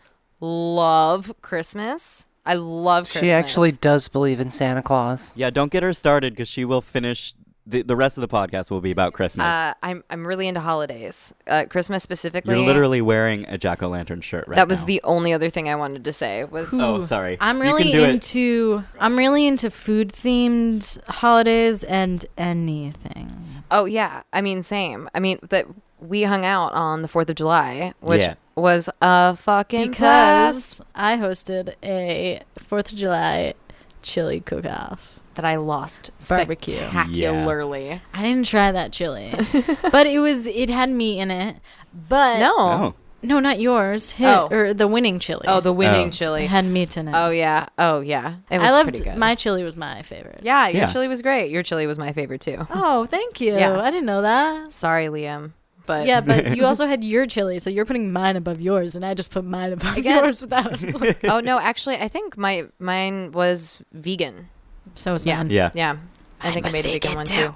[SPEAKER 2] love Christmas. I love Christmas.
[SPEAKER 4] She actually does believe in Santa Claus.
[SPEAKER 3] Yeah, don't get her started because she will finish. The, the rest of the podcast will be about Christmas.
[SPEAKER 2] uh, I'm I'm really into holidays. Uh, Christmas specifically.
[SPEAKER 3] You're literally wearing a jack o' lantern shirt right
[SPEAKER 2] that was
[SPEAKER 3] now.
[SPEAKER 2] the only other thing I wanted to say was
[SPEAKER 3] Oh, sorry.
[SPEAKER 1] I'm
[SPEAKER 3] You can
[SPEAKER 1] really
[SPEAKER 3] do it.
[SPEAKER 1] into I'm really into food themed holidays and anything.
[SPEAKER 2] Oh yeah, I mean same. I mean that we hung out on the Fourth of July, which
[SPEAKER 3] Yeah.
[SPEAKER 2] was a fucking
[SPEAKER 1] Because
[SPEAKER 2] blast
[SPEAKER 1] I hosted a Fourth of July chili cook off.
[SPEAKER 2] that I lost
[SPEAKER 1] Barbecue.
[SPEAKER 2] spectacularly.
[SPEAKER 1] I didn't try that chili. but it was it had meat in it. But
[SPEAKER 2] No.
[SPEAKER 3] Oh,
[SPEAKER 1] No, not yours. Hit
[SPEAKER 2] Oh.
[SPEAKER 1] or the winning chili.
[SPEAKER 2] Oh, the winning
[SPEAKER 3] Oh.
[SPEAKER 1] it
[SPEAKER 2] chili.
[SPEAKER 1] had meat in it.
[SPEAKER 2] Oh yeah. Oh yeah. It was
[SPEAKER 1] I
[SPEAKER 2] pretty
[SPEAKER 1] loved
[SPEAKER 2] good.
[SPEAKER 1] my chili was my favorite.
[SPEAKER 2] Yeah, your
[SPEAKER 3] Yeah.
[SPEAKER 2] chili was great. Your chili was my favorite too.
[SPEAKER 1] Oh, thank you.
[SPEAKER 2] Yeah.
[SPEAKER 1] I didn't know that.
[SPEAKER 2] Sorry, Liam, but
[SPEAKER 1] Yeah, but you also had your chili, so you're putting mine above yours, and I just put mine above
[SPEAKER 2] Again.
[SPEAKER 1] yours without.
[SPEAKER 2] oh no, actually, I think my mine was vegan.
[SPEAKER 1] so was
[SPEAKER 2] Yeah.
[SPEAKER 1] mine.
[SPEAKER 3] Oh, yeah.
[SPEAKER 2] Yeah, I
[SPEAKER 1] Mine
[SPEAKER 2] think I
[SPEAKER 1] was
[SPEAKER 2] made a vegan
[SPEAKER 1] vegan,
[SPEAKER 2] one
[SPEAKER 1] too.
[SPEAKER 2] too.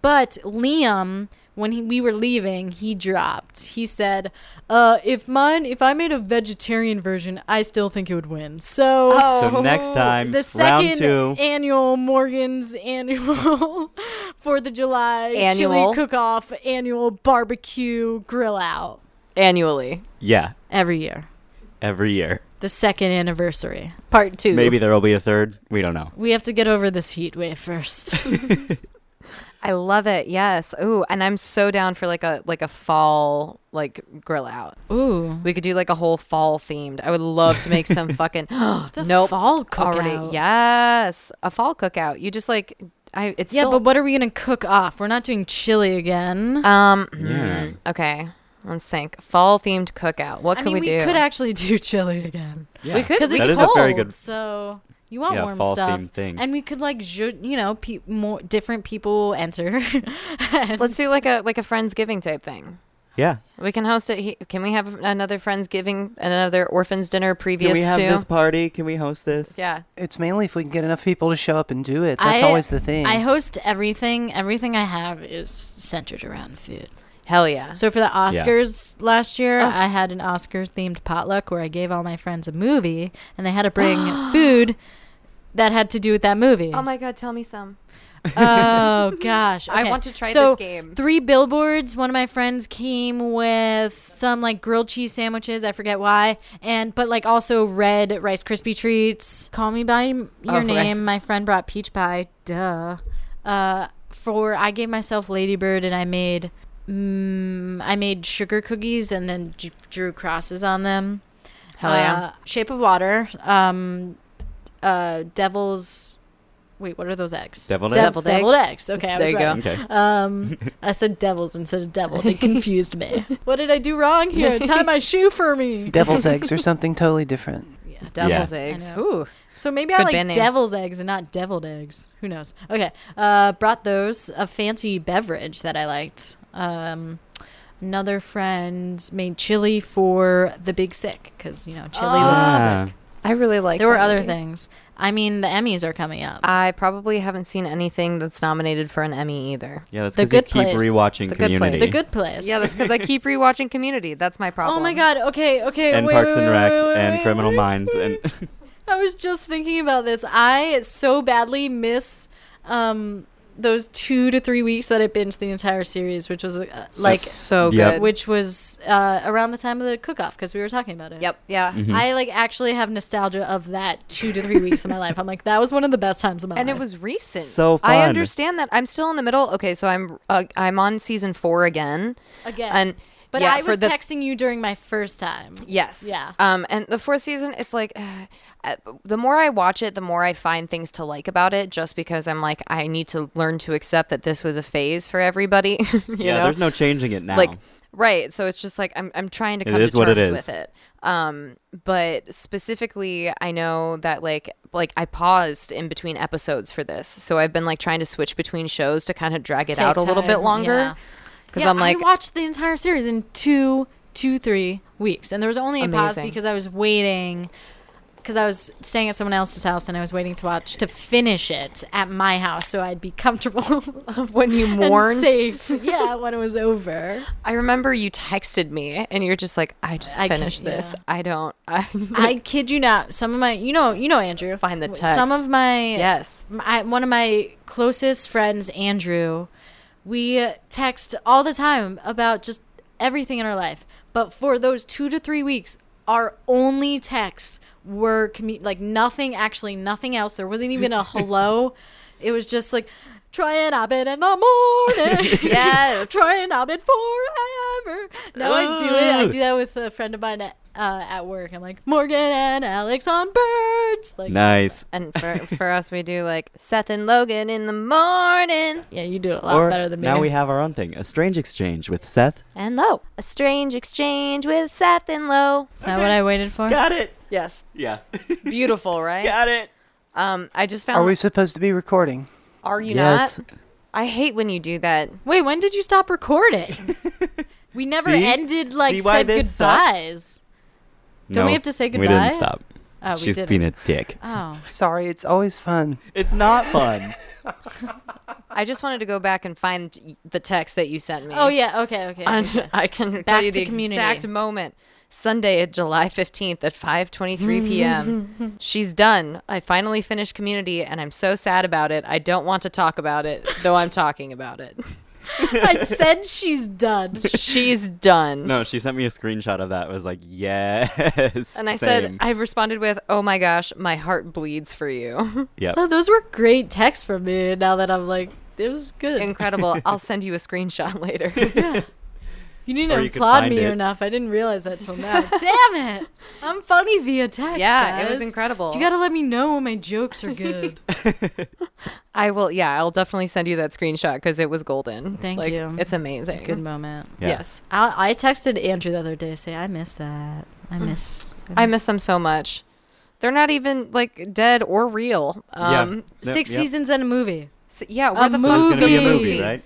[SPEAKER 1] But Liam, when he, we were leaving, he dropped. He said, uh, "If mine, if I made a vegetarian version, I still think it would win." So.
[SPEAKER 2] Oh.
[SPEAKER 3] So next time,
[SPEAKER 1] Oh, The
[SPEAKER 3] round
[SPEAKER 1] second
[SPEAKER 3] two.
[SPEAKER 1] annual Morgan's annual Fourth of July
[SPEAKER 2] Annual.
[SPEAKER 1] chili cook-off annual barbecue grill out
[SPEAKER 2] annually,
[SPEAKER 3] yeah,
[SPEAKER 1] every year.
[SPEAKER 3] every year.
[SPEAKER 1] The second anniversary.
[SPEAKER 2] part two.
[SPEAKER 3] Maybe there will be a third. We don't know.
[SPEAKER 1] We have to get over this heat wave first.
[SPEAKER 2] I love it. Yes. Ooh, and I'm so down for like a like a fall like grill out.
[SPEAKER 1] Ooh.
[SPEAKER 2] We could do like a whole fall themed. I would love to make some fucking
[SPEAKER 1] It's a
[SPEAKER 2] nope
[SPEAKER 1] fall
[SPEAKER 2] already.
[SPEAKER 1] cookout.
[SPEAKER 2] Yes, a fall cookout. You just like I. It's
[SPEAKER 1] Yeah,
[SPEAKER 2] still,
[SPEAKER 1] but what are we gonna cook off? We're not doing chili again.
[SPEAKER 2] Um.
[SPEAKER 3] Yeah.
[SPEAKER 2] hmm, Okay. Let's think. Fall themed cookout. What
[SPEAKER 1] I
[SPEAKER 2] could
[SPEAKER 1] mean,
[SPEAKER 2] we,
[SPEAKER 1] we,
[SPEAKER 2] do?
[SPEAKER 1] could actually do chili again
[SPEAKER 3] Yeah.
[SPEAKER 2] We could.
[SPEAKER 1] because
[SPEAKER 2] we
[SPEAKER 1] it's
[SPEAKER 3] That
[SPEAKER 2] could
[SPEAKER 3] is
[SPEAKER 1] cold.
[SPEAKER 3] a very good-
[SPEAKER 1] So you want
[SPEAKER 3] Yeah,
[SPEAKER 1] warm
[SPEAKER 3] fall
[SPEAKER 1] stuff,
[SPEAKER 3] themed thing.
[SPEAKER 1] and we could like ju- you know pe- more different people enter. And-
[SPEAKER 2] Let's do like a like a friendsgiving type thing.
[SPEAKER 3] Yeah.
[SPEAKER 2] We can host it. He- can we have another friendsgiving, another orphans dinner
[SPEAKER 3] Can
[SPEAKER 2] previous
[SPEAKER 3] we have
[SPEAKER 2] to?
[SPEAKER 3] this party? Can we host this?
[SPEAKER 2] yeah.
[SPEAKER 4] It's mainly if we can get enough people to show up and do it. That's
[SPEAKER 1] I-
[SPEAKER 4] always the thing.
[SPEAKER 1] I host everything. Everything I have is centered around food.
[SPEAKER 2] Hell yeah.
[SPEAKER 1] So for the Oscars last year, I had an Oscars themed potluck where I gave all my friends a movie and they had to bring food that had to do with that movie.
[SPEAKER 2] Oh my god, tell me some.
[SPEAKER 1] Oh, gosh.
[SPEAKER 2] I
[SPEAKER 1] Okay.
[SPEAKER 2] want to try
[SPEAKER 1] so,
[SPEAKER 2] this game.
[SPEAKER 1] Three billboards. One of my friends came with some like grilled cheese sandwiches. I forget why, and but like also red Rice Krispie treats. Call me by m- your
[SPEAKER 2] Oh, right.
[SPEAKER 1] name. My friend brought peach pie. Duh. Uh, for I gave myself Ladybird, and I made mm, I made sugar cookies, and then j- drew crosses on them.
[SPEAKER 2] Hell yeah.
[SPEAKER 1] Uh, Shape of Water. Um, uh, Devil's. Wait, what are those eggs?
[SPEAKER 3] Deviled
[SPEAKER 1] Dev-
[SPEAKER 2] Deviled
[SPEAKER 3] eggs?
[SPEAKER 1] deviled
[SPEAKER 2] eggs.
[SPEAKER 1] eggs. Okay, I
[SPEAKER 2] There
[SPEAKER 1] was
[SPEAKER 2] you go.
[SPEAKER 1] right.
[SPEAKER 3] Okay.
[SPEAKER 1] Um, I said devils instead of devil. They confused me. what did I do wrong here? Tie my shoe for me.
[SPEAKER 4] Devil's eggs or something totally different.
[SPEAKER 1] Yeah,
[SPEAKER 2] Devil's
[SPEAKER 3] Yeah.
[SPEAKER 2] eggs.
[SPEAKER 1] I know.
[SPEAKER 2] Ooh.
[SPEAKER 1] So maybe I
[SPEAKER 2] Good band
[SPEAKER 1] like
[SPEAKER 2] name.
[SPEAKER 1] devil's eggs and not deviled eggs. Who knows? Okay. Uh, brought those a fancy beverage that I liked. Um, another friend made chili for the big sick because you know chili looks.
[SPEAKER 2] Ah. I really like.
[SPEAKER 1] There were other things. I mean, the Emmys are coming up.
[SPEAKER 2] I probably haven't seen anything that's nominated for an Emmy either.
[SPEAKER 3] Yeah, that's
[SPEAKER 1] The
[SPEAKER 3] because you
[SPEAKER 1] Good
[SPEAKER 3] keep
[SPEAKER 1] Place.
[SPEAKER 3] rewatching
[SPEAKER 2] The Good Place.
[SPEAKER 3] Community.
[SPEAKER 1] the Good Place.
[SPEAKER 2] Yeah, that's because I keep rewatching Community. That's my problem.
[SPEAKER 1] Oh my God. Okay. Okay.
[SPEAKER 3] and
[SPEAKER 1] wait,
[SPEAKER 3] Parks
[SPEAKER 1] wait,
[SPEAKER 3] and
[SPEAKER 1] wait,
[SPEAKER 3] Rec
[SPEAKER 1] wait,
[SPEAKER 3] and
[SPEAKER 1] wait,
[SPEAKER 3] Criminal
[SPEAKER 1] wait.
[SPEAKER 3] Minds and
[SPEAKER 1] I was just thinking about this. I so badly miss um, those two to three weeks that I binged the entire series, which was uh, like,
[SPEAKER 2] so
[SPEAKER 3] Yep.
[SPEAKER 2] good.
[SPEAKER 1] which was uh, around the time of the cook-off because we were talking about it.
[SPEAKER 2] Yep. Yeah.
[SPEAKER 3] Mm-hmm.
[SPEAKER 1] I like actually have nostalgia of that two to three weeks of my life. I'm like, that was one of the best times of my
[SPEAKER 2] and
[SPEAKER 1] life.
[SPEAKER 2] it was recent.
[SPEAKER 3] So
[SPEAKER 2] I
[SPEAKER 3] fun.
[SPEAKER 2] understand that. I'm still in the middle. Okay, so I'm uh, I'm on season four again.
[SPEAKER 1] again.
[SPEAKER 2] And
[SPEAKER 1] but
[SPEAKER 2] yeah,
[SPEAKER 1] I
[SPEAKER 2] for
[SPEAKER 1] was
[SPEAKER 2] the-
[SPEAKER 1] texting you during my first time.
[SPEAKER 2] Yes.
[SPEAKER 1] Yeah.
[SPEAKER 2] Um, and the fourth season, it's like, uh, the more I watch it, the more I find things to like about it. Just because I'm like, I need to learn to accept that this was a phase for everybody. you
[SPEAKER 3] yeah,
[SPEAKER 2] know?
[SPEAKER 3] there's no changing it now.
[SPEAKER 2] like right so it's just like i'm, I'm trying to
[SPEAKER 3] It
[SPEAKER 2] come
[SPEAKER 3] is
[SPEAKER 2] to
[SPEAKER 3] what it
[SPEAKER 2] terms
[SPEAKER 3] is.
[SPEAKER 2] with it um but specifically i know that like like i paused in between episodes for this so i've been like trying to switch between shows to kind of drag it
[SPEAKER 1] Take
[SPEAKER 2] out a little bit
[SPEAKER 1] time, yeah.
[SPEAKER 2] longer because
[SPEAKER 1] Yeah,
[SPEAKER 2] i'm like
[SPEAKER 1] I watched the entire series in two, two, three weeks, and there was only a pause
[SPEAKER 2] Amazing.
[SPEAKER 1] because I was waiting. because I was staying at someone else's house and I was waiting to watch to finish it at my house so I'd be comfortable
[SPEAKER 2] when you
[SPEAKER 1] and
[SPEAKER 2] mourned.
[SPEAKER 1] safe. Yeah, when it was over.
[SPEAKER 2] I remember you texted me and you're just like, I just
[SPEAKER 1] I can't-
[SPEAKER 2] finished this.
[SPEAKER 1] yeah.
[SPEAKER 2] I don't. I,
[SPEAKER 1] I kid you not. Some of my, you know, you know Andrew.
[SPEAKER 2] Find the
[SPEAKER 1] W-
[SPEAKER 2] text.
[SPEAKER 1] Some of my,
[SPEAKER 2] yes.
[SPEAKER 1] my one of my closest friends, Andrew. We text all the time about just everything in our life, but for those two to three weeks, our only texts were commu- like nothing. Actually, nothing else. There wasn't even a hello. it was just like. Try and I've been in the morning.
[SPEAKER 2] Yes.
[SPEAKER 1] Try and I've been forever. Now I do it. I do that with a friend of mine at, uh, at work. I'm like Morgan and Alex on birds. Like,
[SPEAKER 3] Nice.
[SPEAKER 2] And for, for us, we do like Seth and Logan in the morning.
[SPEAKER 1] yeah, you do it a lot better than me.
[SPEAKER 3] now we have our own thing, a strange exchange with Seth.
[SPEAKER 2] and Lo. A strange exchange with Seth and Lo.
[SPEAKER 1] Is that what I waited for?
[SPEAKER 3] Got it.
[SPEAKER 2] Yes.
[SPEAKER 3] Yeah.
[SPEAKER 2] Beautiful, right?
[SPEAKER 3] Got it.
[SPEAKER 2] Um, I just found.
[SPEAKER 4] Are we supposed to be recording?
[SPEAKER 2] Are you
[SPEAKER 3] yes.
[SPEAKER 2] not? I hate when you do that.
[SPEAKER 1] Wait, when did you stop recording? we never
[SPEAKER 3] See?
[SPEAKER 1] ended like
[SPEAKER 3] See why
[SPEAKER 1] said
[SPEAKER 3] this sucks?
[SPEAKER 1] goodbyes. Don't we have to say
[SPEAKER 3] We
[SPEAKER 1] goodbye?
[SPEAKER 3] didn't stop.
[SPEAKER 1] Oh, we
[SPEAKER 3] She's
[SPEAKER 1] didn't.
[SPEAKER 3] being a dick.
[SPEAKER 1] oh,
[SPEAKER 4] Sorry, it's always fun.
[SPEAKER 3] It's not fun.
[SPEAKER 2] I just wanted to go back and find the text that you sent me.
[SPEAKER 1] oh yeah. Okay, okay.
[SPEAKER 2] And
[SPEAKER 1] okay.
[SPEAKER 2] I can tell you
[SPEAKER 1] to
[SPEAKER 2] the
[SPEAKER 1] community.
[SPEAKER 2] exact moment. Sunday, July 15th at 5:23 p.m. She's done. I finally finished community and I'm so sad about it. I don't want to talk about it, though I'm talking about it.
[SPEAKER 1] I said she's done.
[SPEAKER 2] She's done.
[SPEAKER 3] no, she sent me a screenshot of that. It was like, yes.
[SPEAKER 2] and I said
[SPEAKER 3] same.
[SPEAKER 2] I responded with, "Oh my gosh, my heart bleeds for you."
[SPEAKER 3] yep.
[SPEAKER 1] Oh, those were great texts from me. Now that I'm like, it was good.
[SPEAKER 2] Incredible. I'll send you a screenshot later.
[SPEAKER 1] You need
[SPEAKER 3] Or
[SPEAKER 1] to
[SPEAKER 3] you could
[SPEAKER 1] applaud
[SPEAKER 3] find
[SPEAKER 1] me
[SPEAKER 3] it.
[SPEAKER 1] enough. I didn't realize that till now. Damn it! I'm funny via text.
[SPEAKER 2] yeah, it was
[SPEAKER 1] guys.
[SPEAKER 2] incredible.
[SPEAKER 1] You gotta let me know when my jokes are good.
[SPEAKER 2] I will. Yeah, I'll definitely send you that screenshot because it was golden.
[SPEAKER 1] Thank
[SPEAKER 2] Like,
[SPEAKER 1] you.
[SPEAKER 2] It's amazing.
[SPEAKER 1] good moment.
[SPEAKER 3] Yeah.
[SPEAKER 2] Yes,
[SPEAKER 1] I, I texted Andrew the other day. Say I miss that. I miss.
[SPEAKER 2] I miss them so much. They're not even like dead or real.
[SPEAKER 3] Yeah.
[SPEAKER 2] Um,
[SPEAKER 3] Yep,
[SPEAKER 1] six
[SPEAKER 3] yep.
[SPEAKER 1] seasons and a movie.
[SPEAKER 2] so- yeah. Where
[SPEAKER 1] A
[SPEAKER 2] the
[SPEAKER 3] So there's
[SPEAKER 2] fuck?
[SPEAKER 3] gonna be a
[SPEAKER 1] Movie.
[SPEAKER 3] movie, right?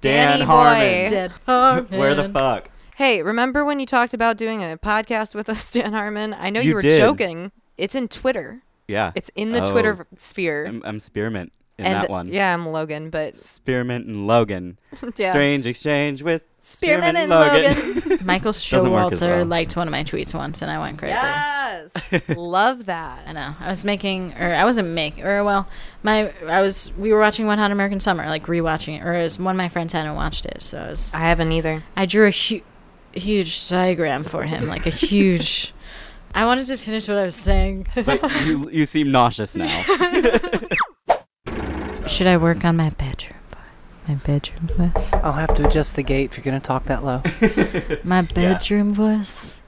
[SPEAKER 2] Danny
[SPEAKER 3] Dan
[SPEAKER 2] boy.
[SPEAKER 3] Harmon.
[SPEAKER 1] Dead Harmon.
[SPEAKER 3] Where the fuck?
[SPEAKER 2] Hey, remember when you talked about doing a podcast with us, Dan Harmon? I know you,
[SPEAKER 3] You
[SPEAKER 2] were
[SPEAKER 3] did.
[SPEAKER 2] joking. It's in Twitter.
[SPEAKER 3] Yeah.
[SPEAKER 2] It's in the
[SPEAKER 3] Oh.
[SPEAKER 2] Twitter sphere.
[SPEAKER 3] I'm, I'm Spearmint in
[SPEAKER 2] and
[SPEAKER 3] that one.
[SPEAKER 2] yeah, I'm Logan, but
[SPEAKER 3] Spearmint and Logan.
[SPEAKER 2] Yeah.
[SPEAKER 3] Strange exchange with
[SPEAKER 2] Spearmint
[SPEAKER 3] Spearmint,
[SPEAKER 2] and
[SPEAKER 1] Michael
[SPEAKER 3] work as
[SPEAKER 1] Showalter
[SPEAKER 3] well.
[SPEAKER 1] liked one of my tweets once, and I went crazy.
[SPEAKER 2] yes, love that.
[SPEAKER 1] I know. I was making, or I wasn't making, or well, my I was. We were watching One Hot American Summer, like rewatching it, or as one of my friends hadn't watched it, so I was.
[SPEAKER 2] I haven't either.
[SPEAKER 1] I drew a hu- huge diagram for him, like a huge. I wanted to finish what I was saying.
[SPEAKER 3] but you, you seem nauseous now. uh,
[SPEAKER 1] Should I work on my bedroom? vo- My bedroom voice.
[SPEAKER 4] I'll have to adjust the gate if you're going to talk that low.
[SPEAKER 1] My bedroom voice.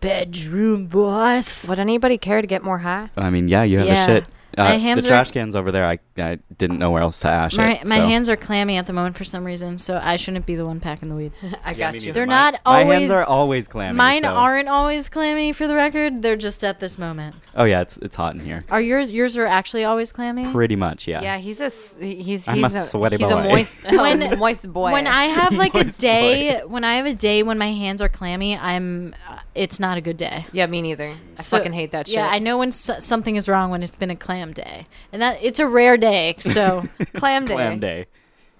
[SPEAKER 1] Bedroom voice.
[SPEAKER 2] Would anybody care to get more high?
[SPEAKER 3] I mean, yeah, you have
[SPEAKER 1] Yeah.
[SPEAKER 3] a shit. Uh,
[SPEAKER 1] My hands
[SPEAKER 3] the
[SPEAKER 1] are-
[SPEAKER 3] trash can's over there. I, I didn't know where else to ash
[SPEAKER 1] My,
[SPEAKER 3] it.
[SPEAKER 1] my
[SPEAKER 3] so.
[SPEAKER 1] hands are clammy at the moment for some reason, so I shouldn't be the one packing the weed.
[SPEAKER 2] I
[SPEAKER 3] Yeah, me
[SPEAKER 2] got you.
[SPEAKER 3] neither.
[SPEAKER 1] They're
[SPEAKER 3] My-
[SPEAKER 1] not
[SPEAKER 3] My hands
[SPEAKER 1] always-
[SPEAKER 3] are always clammy.
[SPEAKER 1] Mine
[SPEAKER 3] so-
[SPEAKER 1] aren't always clammy, for the record. They're just at this moment.
[SPEAKER 3] Oh yeah, it's it's hot in here.
[SPEAKER 1] Are yours? Yours are actually always clammy.
[SPEAKER 3] Pretty much, Mm. yeah.
[SPEAKER 2] Yeah, he's a s- he's he's
[SPEAKER 3] I'm a sweaty
[SPEAKER 2] he's a
[SPEAKER 3] boy.
[SPEAKER 2] moist
[SPEAKER 1] When-
[SPEAKER 2] moist boy.
[SPEAKER 1] When I have like a
[SPEAKER 3] Moist
[SPEAKER 1] day, when I have a day when my hands are clammy, I'm. Uh, it's not a good day.
[SPEAKER 2] yeah, me neither. I
[SPEAKER 1] So-
[SPEAKER 2] fucking hate that shit.
[SPEAKER 1] Yeah, I know when s- something is wrong when it's been a clam day, and that it's a rare day. So
[SPEAKER 2] clam day.
[SPEAKER 3] Clam day.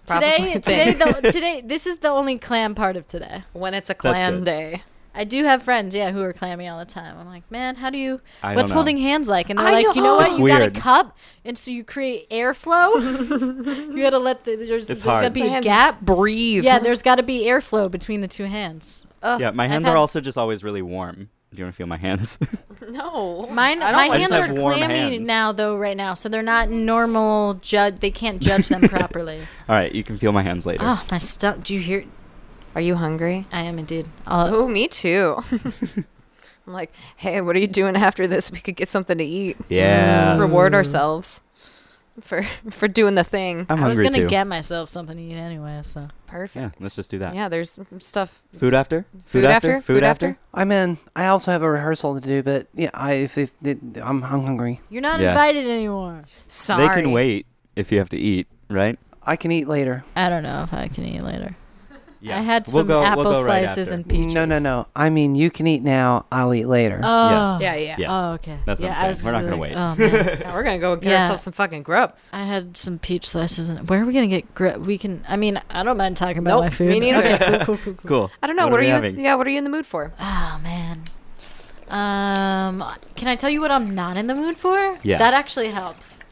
[SPEAKER 2] Probably
[SPEAKER 1] today,
[SPEAKER 2] been.
[SPEAKER 1] today, the, today, this is the only clam part of today.
[SPEAKER 2] When it's a clam
[SPEAKER 3] good.
[SPEAKER 2] day.
[SPEAKER 1] I do have friends, yeah, who are clammy all the time. I'm like, man, how do you?
[SPEAKER 3] I
[SPEAKER 1] what's
[SPEAKER 3] don't know.
[SPEAKER 1] holding hands like? And they're
[SPEAKER 2] I
[SPEAKER 1] like, you know
[SPEAKER 2] know.
[SPEAKER 1] what?
[SPEAKER 3] It's
[SPEAKER 1] you
[SPEAKER 3] weird.
[SPEAKER 1] got a cup, and so you create airflow. you got to let the there's, there's got to
[SPEAKER 3] hard.
[SPEAKER 1] be
[SPEAKER 2] My
[SPEAKER 1] a
[SPEAKER 2] hands
[SPEAKER 1] gap.
[SPEAKER 2] Breathe.
[SPEAKER 1] Yeah, there's got to be airflow between the two hands.
[SPEAKER 3] Yeah, my hands
[SPEAKER 1] had-
[SPEAKER 3] are also just always really warm. Do you want to feel my hands?
[SPEAKER 2] no.
[SPEAKER 1] Mine,
[SPEAKER 2] I don't
[SPEAKER 1] my
[SPEAKER 2] like
[SPEAKER 1] hands
[SPEAKER 3] I just
[SPEAKER 1] are
[SPEAKER 3] have warm
[SPEAKER 1] clammy
[SPEAKER 3] hands.
[SPEAKER 1] now, though. Right now, so they're not normal. Judge, they can't judge them properly.
[SPEAKER 3] All right, you can feel my hands later.
[SPEAKER 1] Oh, my stomach. Do you hear?
[SPEAKER 2] Are you hungry?
[SPEAKER 1] I am indeed. I'll,
[SPEAKER 2] Oh, me too. I'm like, hey, what are you doing after this? We could get something to eat.
[SPEAKER 3] Yeah.
[SPEAKER 2] Reward
[SPEAKER 1] Mm.
[SPEAKER 2] ourselves for for doing the thing.
[SPEAKER 3] I'm
[SPEAKER 1] I was
[SPEAKER 3] hungry
[SPEAKER 1] gonna
[SPEAKER 3] too.
[SPEAKER 1] get myself something to eat anyway. So
[SPEAKER 3] Oh, yeah,
[SPEAKER 2] Perfect.
[SPEAKER 3] let's just do that.
[SPEAKER 2] Yeah, there's stuff.
[SPEAKER 3] Food after?
[SPEAKER 2] Food after? Food
[SPEAKER 3] Food after?
[SPEAKER 2] after?
[SPEAKER 4] I'm in. I also have a rehearsal to do, but yeah, I if, if I'm, I'm hungry.
[SPEAKER 1] you're not
[SPEAKER 3] Yeah.
[SPEAKER 1] invited anymore.
[SPEAKER 2] Sorry.
[SPEAKER 3] They can wait if you have to eat, right?
[SPEAKER 4] I can eat later.
[SPEAKER 1] I don't know if I can eat later. I had some apple slices and peaches.
[SPEAKER 4] No, no, no. I mean, you can eat now. I'll eat later.
[SPEAKER 1] Oh.
[SPEAKER 2] Yeah, yeah.
[SPEAKER 3] Yeah.
[SPEAKER 1] Oh, okay.
[SPEAKER 3] That's what
[SPEAKER 1] yeah, I
[SPEAKER 3] I'm saying.
[SPEAKER 1] was
[SPEAKER 3] We're
[SPEAKER 1] just
[SPEAKER 3] not gonna
[SPEAKER 1] like, Oh, man.
[SPEAKER 2] Yeah, we're gonna go get
[SPEAKER 1] Yeah.
[SPEAKER 2] ourselves some fucking grub.
[SPEAKER 1] I had some peach slices, and where are we gonna get grip? We can. I mean, I don't mind talking about
[SPEAKER 2] Nope,
[SPEAKER 1] my food.
[SPEAKER 2] me neither.
[SPEAKER 1] Okay, cool, cool, cool, cool.
[SPEAKER 3] Cool.
[SPEAKER 2] I don't know. What,
[SPEAKER 3] What
[SPEAKER 2] are,
[SPEAKER 3] we
[SPEAKER 2] you?
[SPEAKER 3] having?
[SPEAKER 2] Yeah, what are you in the mood for?
[SPEAKER 1] Oh man. Um, can I tell you what I'm not in the mood for?
[SPEAKER 3] Yeah.
[SPEAKER 1] That actually helps.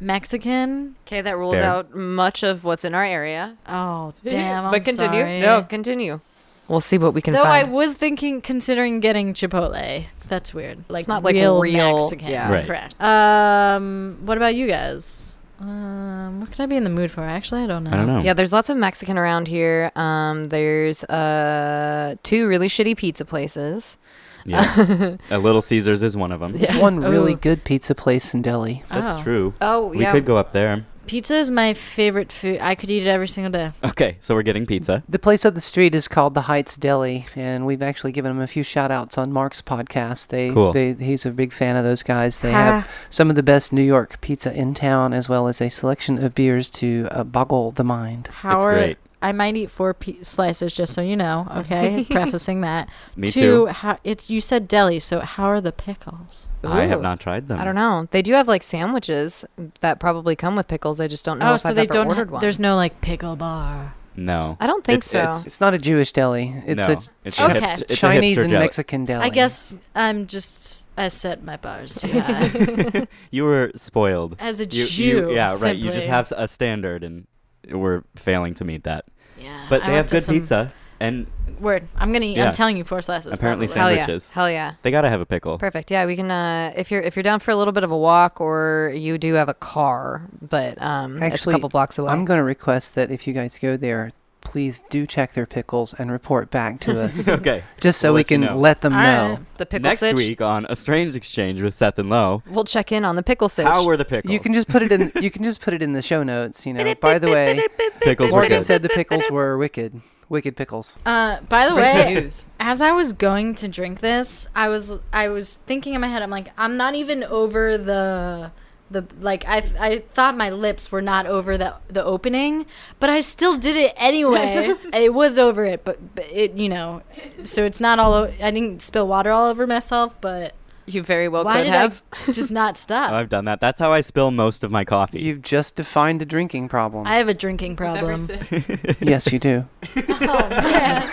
[SPEAKER 1] Mexican.
[SPEAKER 2] Okay, that rules
[SPEAKER 3] Fair.
[SPEAKER 2] out much of what's in our area.
[SPEAKER 1] Oh damn. I'm
[SPEAKER 2] but continue.
[SPEAKER 1] sorry.
[SPEAKER 2] No, continue. We'll see what we can
[SPEAKER 1] Though I
[SPEAKER 2] find.
[SPEAKER 1] was thinking, considering getting Chipotle. That's weird. Like
[SPEAKER 2] not like
[SPEAKER 1] real,
[SPEAKER 2] real-
[SPEAKER 1] Mexican.
[SPEAKER 2] yeah.
[SPEAKER 3] Right.
[SPEAKER 1] Correct. Um, what about you guys? Um, what could I be in the mood for? Actually, I don't know.
[SPEAKER 3] I don't know.
[SPEAKER 2] yeah, there's lots of Mexican around here. Um, there's uh two really shitty pizza places.
[SPEAKER 3] Yeah. a Little Caesars is one of them.
[SPEAKER 4] There's one really
[SPEAKER 1] Ooh.
[SPEAKER 4] good pizza place in Delhi.
[SPEAKER 3] That's
[SPEAKER 1] Oh.
[SPEAKER 3] true.
[SPEAKER 2] Oh
[SPEAKER 3] We could go up there.
[SPEAKER 1] Pizza is my favorite food. I could eat it every single day.
[SPEAKER 3] Okay, so we're getting pizza.
[SPEAKER 4] The place up the street is called the Heights Deli, and we've actually given them a few shout outs on Mark's podcast. They,
[SPEAKER 3] Cool.
[SPEAKER 4] they he's a big fan of those guys. They have some of the best New York pizza in town, as well as a selection of beers to uh, boggle the mind.
[SPEAKER 1] How
[SPEAKER 3] It's
[SPEAKER 1] are
[SPEAKER 3] great.
[SPEAKER 1] I might eat four pe- slices, just so you know. Okay, prefacing that.
[SPEAKER 3] Me
[SPEAKER 1] Two,
[SPEAKER 3] too.
[SPEAKER 1] How, it's you said deli, so how are the pickles?
[SPEAKER 3] I have
[SPEAKER 2] Ooh.
[SPEAKER 3] not tried them.
[SPEAKER 2] I don't know. They do have like sandwiches that probably come with pickles. I just don't know
[SPEAKER 1] oh,
[SPEAKER 2] if
[SPEAKER 1] so
[SPEAKER 2] I've
[SPEAKER 1] they
[SPEAKER 2] ever
[SPEAKER 1] don't.
[SPEAKER 2] ordered
[SPEAKER 1] ha-
[SPEAKER 2] one.
[SPEAKER 1] There's no like pickle bar.
[SPEAKER 3] No.
[SPEAKER 2] I don't think
[SPEAKER 3] It's-
[SPEAKER 2] so.
[SPEAKER 3] it's-
[SPEAKER 4] It's not a Jewish deli. It's
[SPEAKER 3] no,
[SPEAKER 4] a
[SPEAKER 3] it's
[SPEAKER 1] Okay.
[SPEAKER 3] hipster- it's
[SPEAKER 4] Chinese
[SPEAKER 3] hipster
[SPEAKER 4] and
[SPEAKER 3] jelly.
[SPEAKER 4] Mexican deli.
[SPEAKER 1] I guess I'm just I set my bars too high
[SPEAKER 3] You were spoiled.
[SPEAKER 1] as a
[SPEAKER 3] You-
[SPEAKER 1] Jew.
[SPEAKER 3] you- yeah, right. You just
[SPEAKER 1] simply.
[SPEAKER 3] have a standard, and we're failing to meet that.
[SPEAKER 1] Yeah,
[SPEAKER 3] But
[SPEAKER 1] I
[SPEAKER 3] they
[SPEAKER 1] went
[SPEAKER 3] have
[SPEAKER 1] to
[SPEAKER 3] good
[SPEAKER 1] some-
[SPEAKER 3] pizza, and
[SPEAKER 1] Word, I'm gonna. eat
[SPEAKER 3] Yeah.
[SPEAKER 1] I'm telling you, four slices.
[SPEAKER 3] Apparently
[SPEAKER 1] probably.
[SPEAKER 2] Hell yeah.
[SPEAKER 3] sandwiches.
[SPEAKER 2] Hell yeah.
[SPEAKER 3] they gotta have a pickle.
[SPEAKER 2] Perfect. Yeah, we can. Uh, if you're if you're down for a little bit of a walk, or you do have a car, but um, it's a
[SPEAKER 4] Actually,
[SPEAKER 2] couple blocks away.
[SPEAKER 4] I'm going to request that if you guys go there, please do check their pickles and report back to us,
[SPEAKER 3] okay.
[SPEAKER 4] just so
[SPEAKER 3] We'll
[SPEAKER 4] we
[SPEAKER 3] let you
[SPEAKER 4] can
[SPEAKER 3] know.
[SPEAKER 4] let them
[SPEAKER 1] All
[SPEAKER 4] know.
[SPEAKER 1] right.
[SPEAKER 2] the pickle
[SPEAKER 3] Next
[SPEAKER 2] sitch.
[SPEAKER 3] week on a strange exchange with Seth and Lo,
[SPEAKER 2] We'll check in on the pickle sitch.
[SPEAKER 3] how were the pickles?
[SPEAKER 4] You can just put it in. You can just put it in the show notes. You know. By the way,
[SPEAKER 3] pickles were
[SPEAKER 4] Morgan
[SPEAKER 3] good.
[SPEAKER 4] said the pickles were wicked, wicked pickles.
[SPEAKER 1] Uh, by the
[SPEAKER 2] Breaking
[SPEAKER 1] way,
[SPEAKER 2] news.
[SPEAKER 1] as I was going to drink this, I was I was thinking in my head, I'm like, I'm not even over the the like I I thought my lips were not over the the opening, but I still did it anyway. it was over it, but, but it you know, so it's not all. O- I didn't spill water all over myself, but
[SPEAKER 2] You very well
[SPEAKER 1] why
[SPEAKER 2] could
[SPEAKER 1] did
[SPEAKER 2] have.
[SPEAKER 1] I just not
[SPEAKER 3] Oh,
[SPEAKER 1] stop?
[SPEAKER 3] I've done that. That's how I spill most of my coffee.
[SPEAKER 4] You've just defined a drinking problem.
[SPEAKER 1] I have a drinking problem.
[SPEAKER 4] yes, you do.
[SPEAKER 1] Oh man.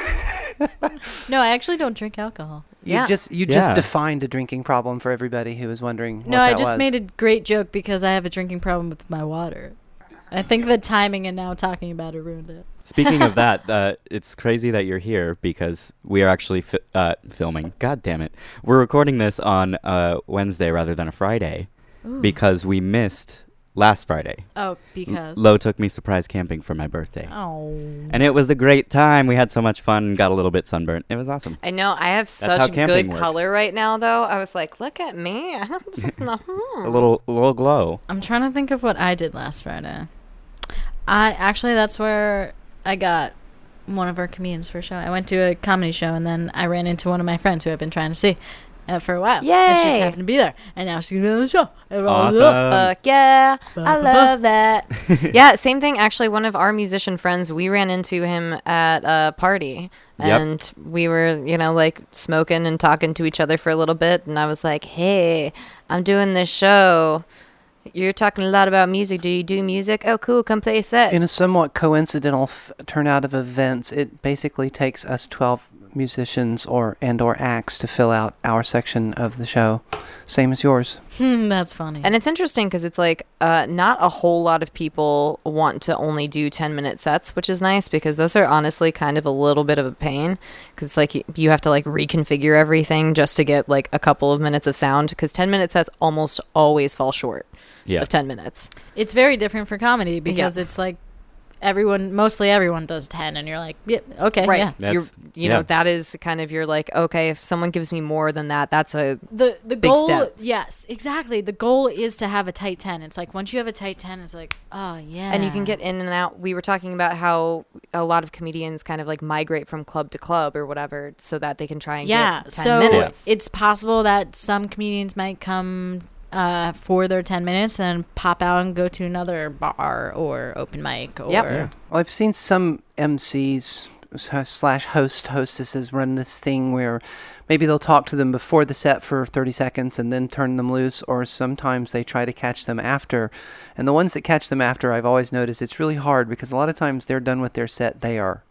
[SPEAKER 1] no, I actually don't drink alcohol.
[SPEAKER 2] Yeah.
[SPEAKER 4] You just you just
[SPEAKER 3] Yeah.
[SPEAKER 4] defined a drinking problem for everybody who was wondering.
[SPEAKER 1] No,
[SPEAKER 4] what
[SPEAKER 1] I
[SPEAKER 4] that
[SPEAKER 1] just
[SPEAKER 4] was.
[SPEAKER 1] made a great joke because I have a drinking problem with my water. I think the timing and now talking about it ruined it.
[SPEAKER 3] Speaking of that, uh, it's crazy that you're here because we are actually fi- uh, filming. God damn it. We're recording this on uh, Wednesday rather than a Friday
[SPEAKER 1] Hmm.
[SPEAKER 3] because we missed last Friday.
[SPEAKER 1] Oh, because
[SPEAKER 3] Lo took me surprise camping for my birthday.
[SPEAKER 1] oh,
[SPEAKER 3] And it was a great time. We had so much fun and got a little bit sunburnt. It was awesome.
[SPEAKER 2] I know. I have
[SPEAKER 3] how
[SPEAKER 2] such good
[SPEAKER 3] camping works.
[SPEAKER 2] color right now, though. I was like, look at me. I'm just- hmm.
[SPEAKER 3] A little little glow.
[SPEAKER 1] I'm trying to think of what I did last Friday. I actually that's where I got one of our comedians for a show. I went to a comedy show and then I ran into one of my friends who I've been trying to see uh, for a while. And she
[SPEAKER 2] Yay!
[SPEAKER 1] just happened to be there, and now she's gonna be on the show. And we're all,
[SPEAKER 3] Awesome.
[SPEAKER 1] "Ugh."
[SPEAKER 2] Fuck yeah.
[SPEAKER 1] Ba,
[SPEAKER 2] I
[SPEAKER 1] ba,
[SPEAKER 2] love that. yeah, same thing. Actually, one of our musician friends, we ran into him at a party
[SPEAKER 3] Yep.
[SPEAKER 2] and we were, you know, like smoking and talking to each other for a little bit. And I was like, hey, I'm doing this show. You're talking a lot about music. Do you do music? Oh, cool. Come play a set.
[SPEAKER 4] in a somewhat coincidental f- turnout of events. It basically takes us twelve musicians or and or acts to fill out our section of the show, same as yours.
[SPEAKER 1] Hmm, that's funny.
[SPEAKER 2] And it's interesting because it's like uh, not a whole lot of people want to only do 10 minute sets, which is nice because those are honestly kind of a little bit of a pain because like y- you have to like reconfigure everything just to get like a couple of minutes of sound because 10 minute sets almost always fall short
[SPEAKER 3] Yeah.
[SPEAKER 2] of 10 minutes.
[SPEAKER 1] It's very different for comedy because it's like everyone, mostly everyone does 10, and you're like, yep, okay,
[SPEAKER 2] Right.
[SPEAKER 1] yeah.
[SPEAKER 3] That's-
[SPEAKER 2] You're, you
[SPEAKER 3] yeah.
[SPEAKER 2] know, that is kind of your like, okay, if someone gives me more than that, that's a.
[SPEAKER 1] The, the
[SPEAKER 2] Big
[SPEAKER 1] goal,
[SPEAKER 2] step.
[SPEAKER 1] yes, exactly. The goal is to have a tight 10. It's like once you have a tight 10, it's like, oh, yeah.
[SPEAKER 2] And you can get in and out. We were talking about how a lot of comedians kind of like migrate from club to club or whatever so that they can try and
[SPEAKER 1] yeah.
[SPEAKER 2] get 10
[SPEAKER 1] So
[SPEAKER 2] minutes.
[SPEAKER 1] it's possible that some comedians might come uh, for their 10 minutes and then pop out and go to another bar or open mic or.
[SPEAKER 2] Yep. Yeah.
[SPEAKER 4] Well, I've seen some MCs slash host hostesses run this thing where maybe they'll talk to them before the set for 30 seconds and then turn them loose, or sometimes they try to catch them after. And the ones that catch them after, I've always noticed it's really hard because a lot of times they're done with their set. They are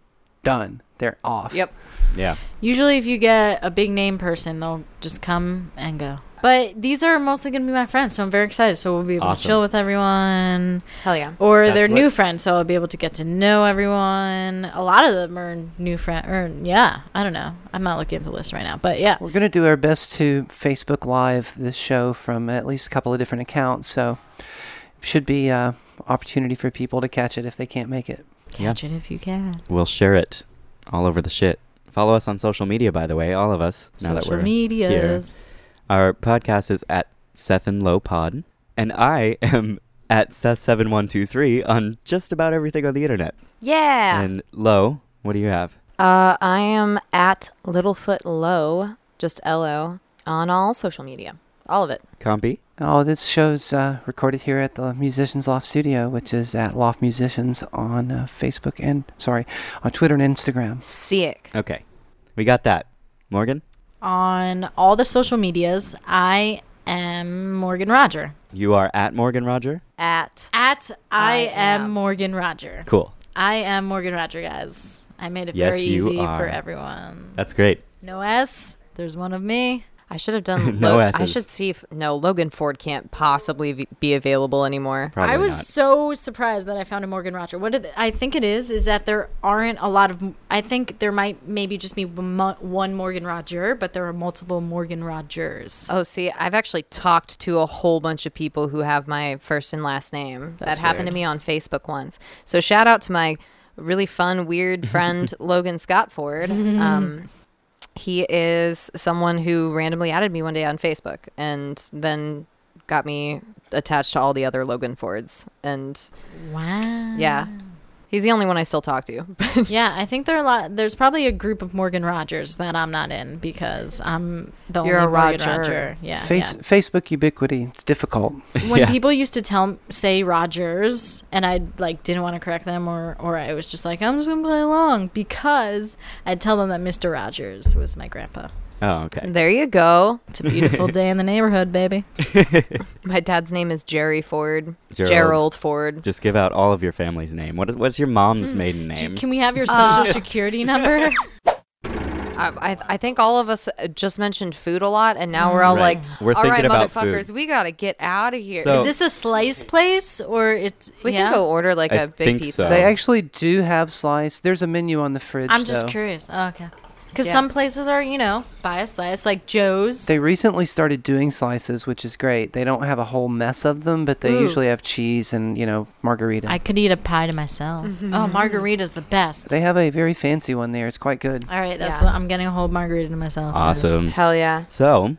[SPEAKER 4] done. They're off.
[SPEAKER 2] Yep.
[SPEAKER 3] Yeah.
[SPEAKER 1] Usually, if you get a big name person, they'll just come and go. But these are mostly going to be my friends, so I'm very excited. So we'll be able to
[SPEAKER 3] Awesome.
[SPEAKER 1] chill with everyone,
[SPEAKER 2] Hell yeah.
[SPEAKER 1] or
[SPEAKER 3] That's
[SPEAKER 1] they're new
[SPEAKER 3] what-
[SPEAKER 1] friends, so I'll be able to get to know everyone. A lot of them are new friend, or yeah, I don't know. I'm not looking at the list right now, but yeah,
[SPEAKER 4] We're going to do our best to Facebook Live this show from at least a couple of different accounts. So should be uh, opportunity for people to catch it if they can't make it.
[SPEAKER 3] Yeah.
[SPEAKER 1] catch it if you can.
[SPEAKER 3] We'll share it all over the shit. Follow us on social media, by the way, all of us. now that
[SPEAKER 1] Social
[SPEAKER 3] we're
[SPEAKER 1] medias.
[SPEAKER 3] Our podcast is at Seth and Low Pod, and I am at Seth7123 on just about everything on the internet.
[SPEAKER 2] Yeah.
[SPEAKER 3] And Low, what do you have?
[SPEAKER 2] Uh, I am at Littlefoot Low, just L O, on all social media, all of it.
[SPEAKER 3] Compy?
[SPEAKER 4] Oh, this show's uh, recorded here at the Musicians Loft Studio, which is at Loft Musicians on uh, Facebook and sorry, on Twitter and Instagram.
[SPEAKER 2] Sick.
[SPEAKER 3] Okay. We got that. Morgan,
[SPEAKER 1] On all the social medias, I am Morgan Roger.
[SPEAKER 3] you are at Morgan Roger.
[SPEAKER 2] At
[SPEAKER 1] At I, am,
[SPEAKER 2] am.
[SPEAKER 1] Morgan Roger.
[SPEAKER 3] Cool.
[SPEAKER 1] I am Morgan Roger, guys. I made it
[SPEAKER 3] Yes,
[SPEAKER 1] very
[SPEAKER 3] you
[SPEAKER 1] easy for
[SPEAKER 3] are.
[SPEAKER 1] everyone.
[SPEAKER 3] That's great.
[SPEAKER 1] No S. There's one of me.
[SPEAKER 2] I should have done.
[SPEAKER 3] No
[SPEAKER 2] Lo- I
[SPEAKER 3] S's.
[SPEAKER 2] should see if no Logan Ford can't possibly v- be available anymore.
[SPEAKER 3] Probably
[SPEAKER 1] I was
[SPEAKER 3] not.
[SPEAKER 1] so surprised that I found a Morgan Roger. What it- I think it is is that there aren't a lot of. I think there might maybe just be mo- one Morgan Roger, but there are multiple Morgan Rogers.
[SPEAKER 2] Oh, see, I've actually talked to a whole bunch of people who have my first and last name.
[SPEAKER 1] That's
[SPEAKER 2] that happened
[SPEAKER 1] weird.
[SPEAKER 2] to me on Facebook once. So shout out to my really fun, weird friend Logan Scott Ford. Um, he is someone who randomly added me one day on Facebook and then got me attached to all the other Logan Fords. And
[SPEAKER 1] Wow.
[SPEAKER 2] yeah, he's the only one I still talk to.
[SPEAKER 1] Yeah, I think there are a lot. There's probably a group of Morgan Rogers that I'm not in because I'm the
[SPEAKER 2] You're
[SPEAKER 1] only
[SPEAKER 2] a
[SPEAKER 1] Morgan
[SPEAKER 2] Roger.
[SPEAKER 1] Roger. Yeah.
[SPEAKER 4] Face-
[SPEAKER 1] yeah.
[SPEAKER 4] Facebook ubiquity. It's difficult.
[SPEAKER 1] When
[SPEAKER 3] Yeah.
[SPEAKER 1] people used to tell say Rogers, and I like didn't want to correct them, or or I was just like I'm just gonna play along because I'd tell them that Mr. Rogers was my grandpa.
[SPEAKER 3] Oh, okay.
[SPEAKER 2] there you go.
[SPEAKER 1] It's a beautiful day in the neighborhood, baby.
[SPEAKER 2] My dad's name is Jerry Ford,
[SPEAKER 3] Gerald.
[SPEAKER 2] Gerald, Ford.
[SPEAKER 3] Just give out all of your family's name. What is, what's your
[SPEAKER 2] Hmm.
[SPEAKER 3] mom's maiden
[SPEAKER 1] Do-
[SPEAKER 3] name?
[SPEAKER 1] Can we have your social
[SPEAKER 2] Uh,
[SPEAKER 1] security number?
[SPEAKER 2] I, I, I think all of us uh, just mentioned food a lot, and now we're all
[SPEAKER 3] Mm. Right.
[SPEAKER 2] like,
[SPEAKER 3] We're
[SPEAKER 2] all right,
[SPEAKER 3] thinking about food."
[SPEAKER 2] motherfuckers, we gotta get out of here."
[SPEAKER 3] So-
[SPEAKER 1] Is this a slice place or it's?
[SPEAKER 2] we
[SPEAKER 1] yeah?
[SPEAKER 2] can go order like
[SPEAKER 3] I
[SPEAKER 2] a big
[SPEAKER 3] think
[SPEAKER 2] pizza.
[SPEAKER 3] so.
[SPEAKER 4] They actually do have slice. There's a menu on the fridge.
[SPEAKER 1] I'm just
[SPEAKER 4] though.
[SPEAKER 1] curious. Oh, okay. Because
[SPEAKER 2] Yeah.
[SPEAKER 1] some places are, you know, buy a slice like Joe's.
[SPEAKER 4] They recently started doing slices, which is great. They don't have a whole mess of them, but they
[SPEAKER 1] Ooh.
[SPEAKER 4] usually have cheese and you know margarita.
[SPEAKER 1] I could eat a pie to myself.
[SPEAKER 2] Mm-hmm.
[SPEAKER 1] oh, margarita's the best.
[SPEAKER 4] they have a very fancy one there. It's quite good.
[SPEAKER 1] All right, that's
[SPEAKER 2] Yeah.
[SPEAKER 1] what I'm getting a whole margarita to myself.
[SPEAKER 3] Awesome.
[SPEAKER 2] Hell yeah!
[SPEAKER 3] So,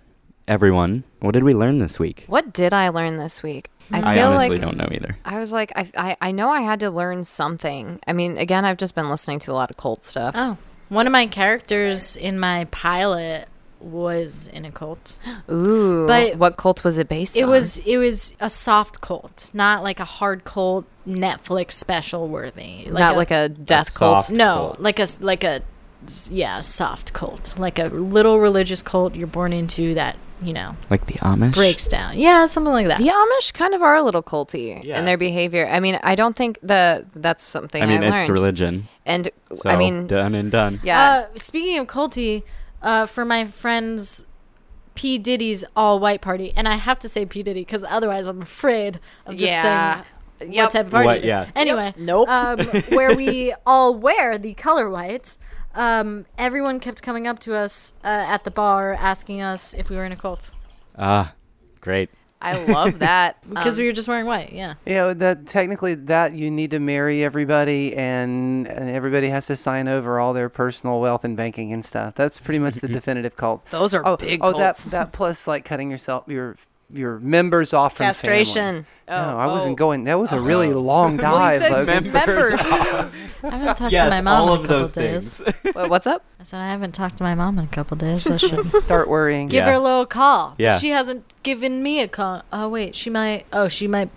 [SPEAKER 3] everyone, what did we learn this week?
[SPEAKER 2] What did I learn this week? I
[SPEAKER 3] Mm. I,
[SPEAKER 2] feel
[SPEAKER 3] honestly
[SPEAKER 2] like
[SPEAKER 3] don't know either.
[SPEAKER 2] I was like, I, I I know I had to learn something. I mean, again, I've just been listening to a lot of cult stuff.
[SPEAKER 1] Oh, one of my characters in my pilot was in a cult.
[SPEAKER 2] Ooh,
[SPEAKER 1] But-
[SPEAKER 2] Ah. but what cult was it based?
[SPEAKER 1] It
[SPEAKER 2] on?
[SPEAKER 1] was it was a soft cult, not like a hard cult Netflix special worthy. Like
[SPEAKER 2] not like a death cult.
[SPEAKER 3] soft-
[SPEAKER 1] No,
[SPEAKER 3] cult.
[SPEAKER 1] like a s- like a s- yeah, soft cult, like a little religious cult you're born into that you know
[SPEAKER 3] Like the Amish?
[SPEAKER 1] breaks down. Yeah, something like that.
[SPEAKER 2] The Amish kind of are a little culty
[SPEAKER 3] Yeah.
[SPEAKER 2] in their behavior. I mean, I don't think the that's something
[SPEAKER 3] I mean,
[SPEAKER 2] learned.
[SPEAKER 3] it's religion.
[SPEAKER 2] and
[SPEAKER 3] So,
[SPEAKER 2] I mean,
[SPEAKER 3] done and done.
[SPEAKER 2] yeah.
[SPEAKER 1] Uh, speaking of culty, uh, for my friends. P Diddy's all white party, and I have to say P Diddy because otherwise I'm afraid of just
[SPEAKER 2] Yeah.
[SPEAKER 1] saying
[SPEAKER 2] Yep.
[SPEAKER 1] what type of party
[SPEAKER 3] What-
[SPEAKER 1] it is.
[SPEAKER 3] yeah.
[SPEAKER 1] Anyway,
[SPEAKER 2] Nope.
[SPEAKER 1] Um, where we all wear the color white. Um, everyone kept coming up to us uh, at the bar asking us if we were in a cult
[SPEAKER 3] Ah, great.
[SPEAKER 2] I love that
[SPEAKER 1] because
[SPEAKER 2] Um,
[SPEAKER 1] we were just wearing white. Yeah.
[SPEAKER 4] Yeah, that technically that you need to marry everybody, and, and everybody has to sign over all their personal wealth and banking and stuff. That's pretty much the definitive cult.
[SPEAKER 2] Those are
[SPEAKER 4] oh,
[SPEAKER 2] big
[SPEAKER 4] Oh, that
[SPEAKER 2] cults.
[SPEAKER 4] that plus like cutting yourself your your members off from family.
[SPEAKER 2] Castration.
[SPEAKER 4] no,
[SPEAKER 2] Oh,
[SPEAKER 4] I wasn't
[SPEAKER 2] oh.
[SPEAKER 4] going. That was a really long
[SPEAKER 2] Well, you
[SPEAKER 4] dive.
[SPEAKER 2] said
[SPEAKER 4] Logan.
[SPEAKER 2] members.
[SPEAKER 1] I haven't talked to my mom in a couple days.
[SPEAKER 2] Wha- What's up?
[SPEAKER 1] I said I haven't talked to my mom in a couple days. I should give
[SPEAKER 4] Start worrying.
[SPEAKER 3] Yeah.
[SPEAKER 1] her a little call. But
[SPEAKER 3] Yeah.
[SPEAKER 1] She hasn't given me a call. Oh wait, she might. Oh, she might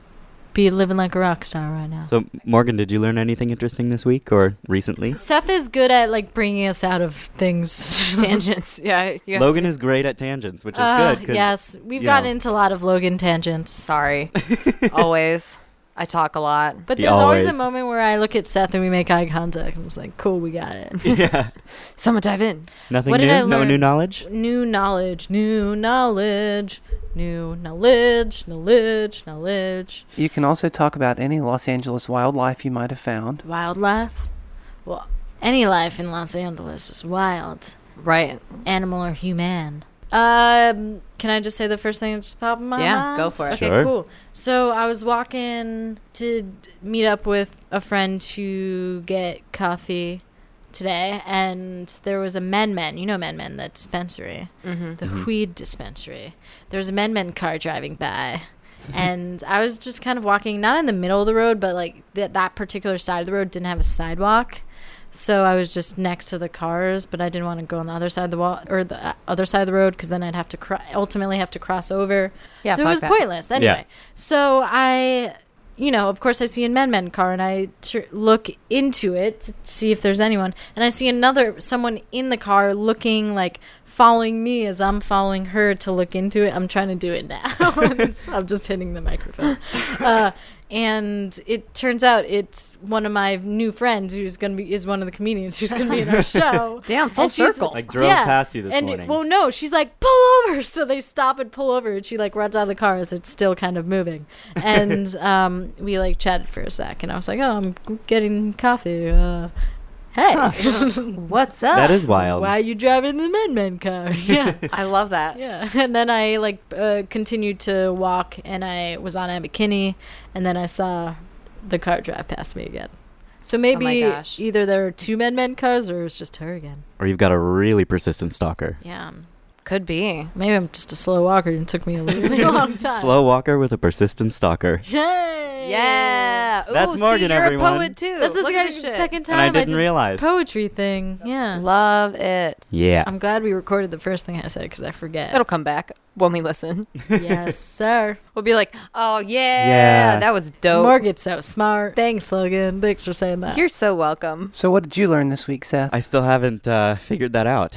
[SPEAKER 1] be living like a rock star right now.
[SPEAKER 3] So, Morgan, did you learn anything interesting this week or recently?
[SPEAKER 1] Seth is good at like bringing us out of things.
[SPEAKER 2] Tangents. Yeah. You have
[SPEAKER 3] Logan
[SPEAKER 2] to-
[SPEAKER 3] is great at tangents, which is
[SPEAKER 1] Uh,
[SPEAKER 3] good. 'cause-
[SPEAKER 1] yes, we've
[SPEAKER 3] you
[SPEAKER 1] gotten
[SPEAKER 3] know.
[SPEAKER 1] into a lot of Logan tangents.
[SPEAKER 2] Sorry. Always. I talk a lot.
[SPEAKER 1] But
[SPEAKER 3] He
[SPEAKER 1] there's always. a
[SPEAKER 3] always-
[SPEAKER 1] moment where I look at Seth and we make eye contact, and it's like, cool, we got it.
[SPEAKER 3] yeah.
[SPEAKER 2] Someone dive in.
[SPEAKER 3] Nothing
[SPEAKER 1] What
[SPEAKER 3] new?
[SPEAKER 1] did I
[SPEAKER 3] No new
[SPEAKER 1] learn?
[SPEAKER 3] knowledge?
[SPEAKER 1] new knowledge, new knowledge, new knowledge, knowledge, knowledge.
[SPEAKER 4] You can also talk about any Los Angeles wildlife you might have found.
[SPEAKER 1] Wildlife? Well, any life in Los Angeles is wild,
[SPEAKER 2] Right.
[SPEAKER 1] animal or human. Um, can I just say the first thing that just popped in my
[SPEAKER 2] Yeah,
[SPEAKER 1] mind?
[SPEAKER 2] go for it.
[SPEAKER 1] Okay,
[SPEAKER 3] Sure.
[SPEAKER 1] cool. So I was walking to d- meet up with a friend to get coffee today, and there was a Men Men. You know Men Men, that dispensary.
[SPEAKER 2] Mm-hmm.
[SPEAKER 1] the weed dispensary. There was a Men Men car driving by, and I was just kind of walking, not in the middle of the road, but like that that particular side of the road didn't have a sidewalk, so I was just next to the cars. But I didn't want to go on the other side of the wall or the uh, other side of the road because then I'd have to cro- ultimately have to cross over.
[SPEAKER 2] Yeah.
[SPEAKER 1] so it
[SPEAKER 2] fuck
[SPEAKER 1] was
[SPEAKER 2] that.
[SPEAKER 1] pointless
[SPEAKER 3] Yeah.
[SPEAKER 1] anyway. So I. You know, of course, I see a men men car, and I tr- look into it to see if there's anyone, and I see another someone in the car looking like following me as I'm following her to look into it. I'm trying to do it now. And so I'm just hitting the microphone. Uh, and it turns out it's one of my new friends who's gonna be is one of the comedians who's gonna be in our show.
[SPEAKER 2] Damn, full
[SPEAKER 1] And she's-
[SPEAKER 2] circle.
[SPEAKER 3] Like drove
[SPEAKER 1] Yeah,
[SPEAKER 3] past you this
[SPEAKER 1] and
[SPEAKER 3] morning.
[SPEAKER 1] well, no, she's like pull over. So they stop and pull over, and she like runs out of the car as it's still kind of moving. And um, we like chatted for a sec, and I was like, oh, I'm getting coffee. Uh, hey,
[SPEAKER 2] What's up?
[SPEAKER 3] that is wild.
[SPEAKER 1] why are you driving the Men Men car? Yeah.
[SPEAKER 2] I love that.
[SPEAKER 1] Yeah, and then I like uh, continued to walk, and I was on Aunt McKinney, and then I saw the car drive past me again. So maybe
[SPEAKER 2] gosh.
[SPEAKER 1] either there were two men men cars, or it was just her again.
[SPEAKER 3] Or you've got a really persistent stalker.
[SPEAKER 1] Yeah,
[SPEAKER 2] Could be.
[SPEAKER 1] maybe I'm just a slow walker, and it took me a really long time.
[SPEAKER 3] Slow walker with a persistent stalker.
[SPEAKER 1] Yay!
[SPEAKER 2] Yeah.
[SPEAKER 3] That's
[SPEAKER 2] Ooh,
[SPEAKER 3] Morgan,
[SPEAKER 2] see, you're
[SPEAKER 3] everyone.
[SPEAKER 2] a poet too.
[SPEAKER 1] That's the
[SPEAKER 2] Look at
[SPEAKER 1] second,
[SPEAKER 2] this shit.
[SPEAKER 1] second time
[SPEAKER 3] And I
[SPEAKER 1] I
[SPEAKER 3] didn't
[SPEAKER 1] did
[SPEAKER 3] realize.
[SPEAKER 1] poetry thing. Yeah,
[SPEAKER 2] Love it.
[SPEAKER 3] yeah.
[SPEAKER 1] I'm glad we recorded the first thing I said because I forget.
[SPEAKER 2] It'll come back when we listen.
[SPEAKER 1] yes, sir.
[SPEAKER 2] We'll be like, oh yeah,
[SPEAKER 3] Yeah.
[SPEAKER 2] that was dope.
[SPEAKER 1] Morgan's so smart. Thanks, Logan. Thanks for saying that.
[SPEAKER 2] You're so welcome.
[SPEAKER 4] So, what did you learn this week, Seth?
[SPEAKER 3] I still haven't uh, figured that out.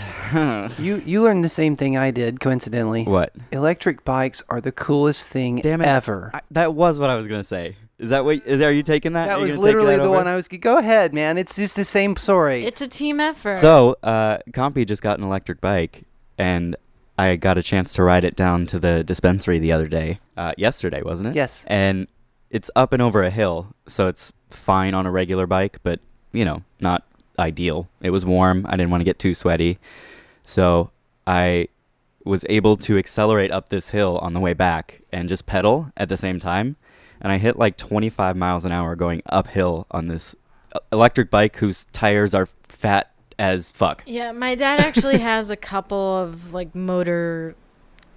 [SPEAKER 4] you you learned the same thing I did, coincidentally.
[SPEAKER 3] what?
[SPEAKER 4] Electric bikes are the coolest thing
[SPEAKER 3] Damn it.
[SPEAKER 4] ever.
[SPEAKER 3] I, that was what I was gonna say. Is that what? Is are you taking that?
[SPEAKER 4] that
[SPEAKER 3] Are you
[SPEAKER 4] was
[SPEAKER 3] gonna take
[SPEAKER 4] literally
[SPEAKER 3] that
[SPEAKER 4] the
[SPEAKER 3] over?
[SPEAKER 4] one I was. Go ahead, man. It's just the same story.
[SPEAKER 1] it's a team effort.
[SPEAKER 3] So, uh, Compy just got an electric bike, and I got a chance to ride it down to the dispensary the other day. Uh, yesterday, wasn't it?
[SPEAKER 4] Yes.
[SPEAKER 3] And it's up and over a hill, so it's fine on a regular bike, but you know, not ideal. It was warm. I didn't want to get too sweaty, so I was able to accelerate up this hill on the way back and just pedal at the same time. And I hit like 25 miles an hour going uphill on this e- electric bike whose tires are fat as fuck.
[SPEAKER 1] Yeah, my dad actually has a couple of like motor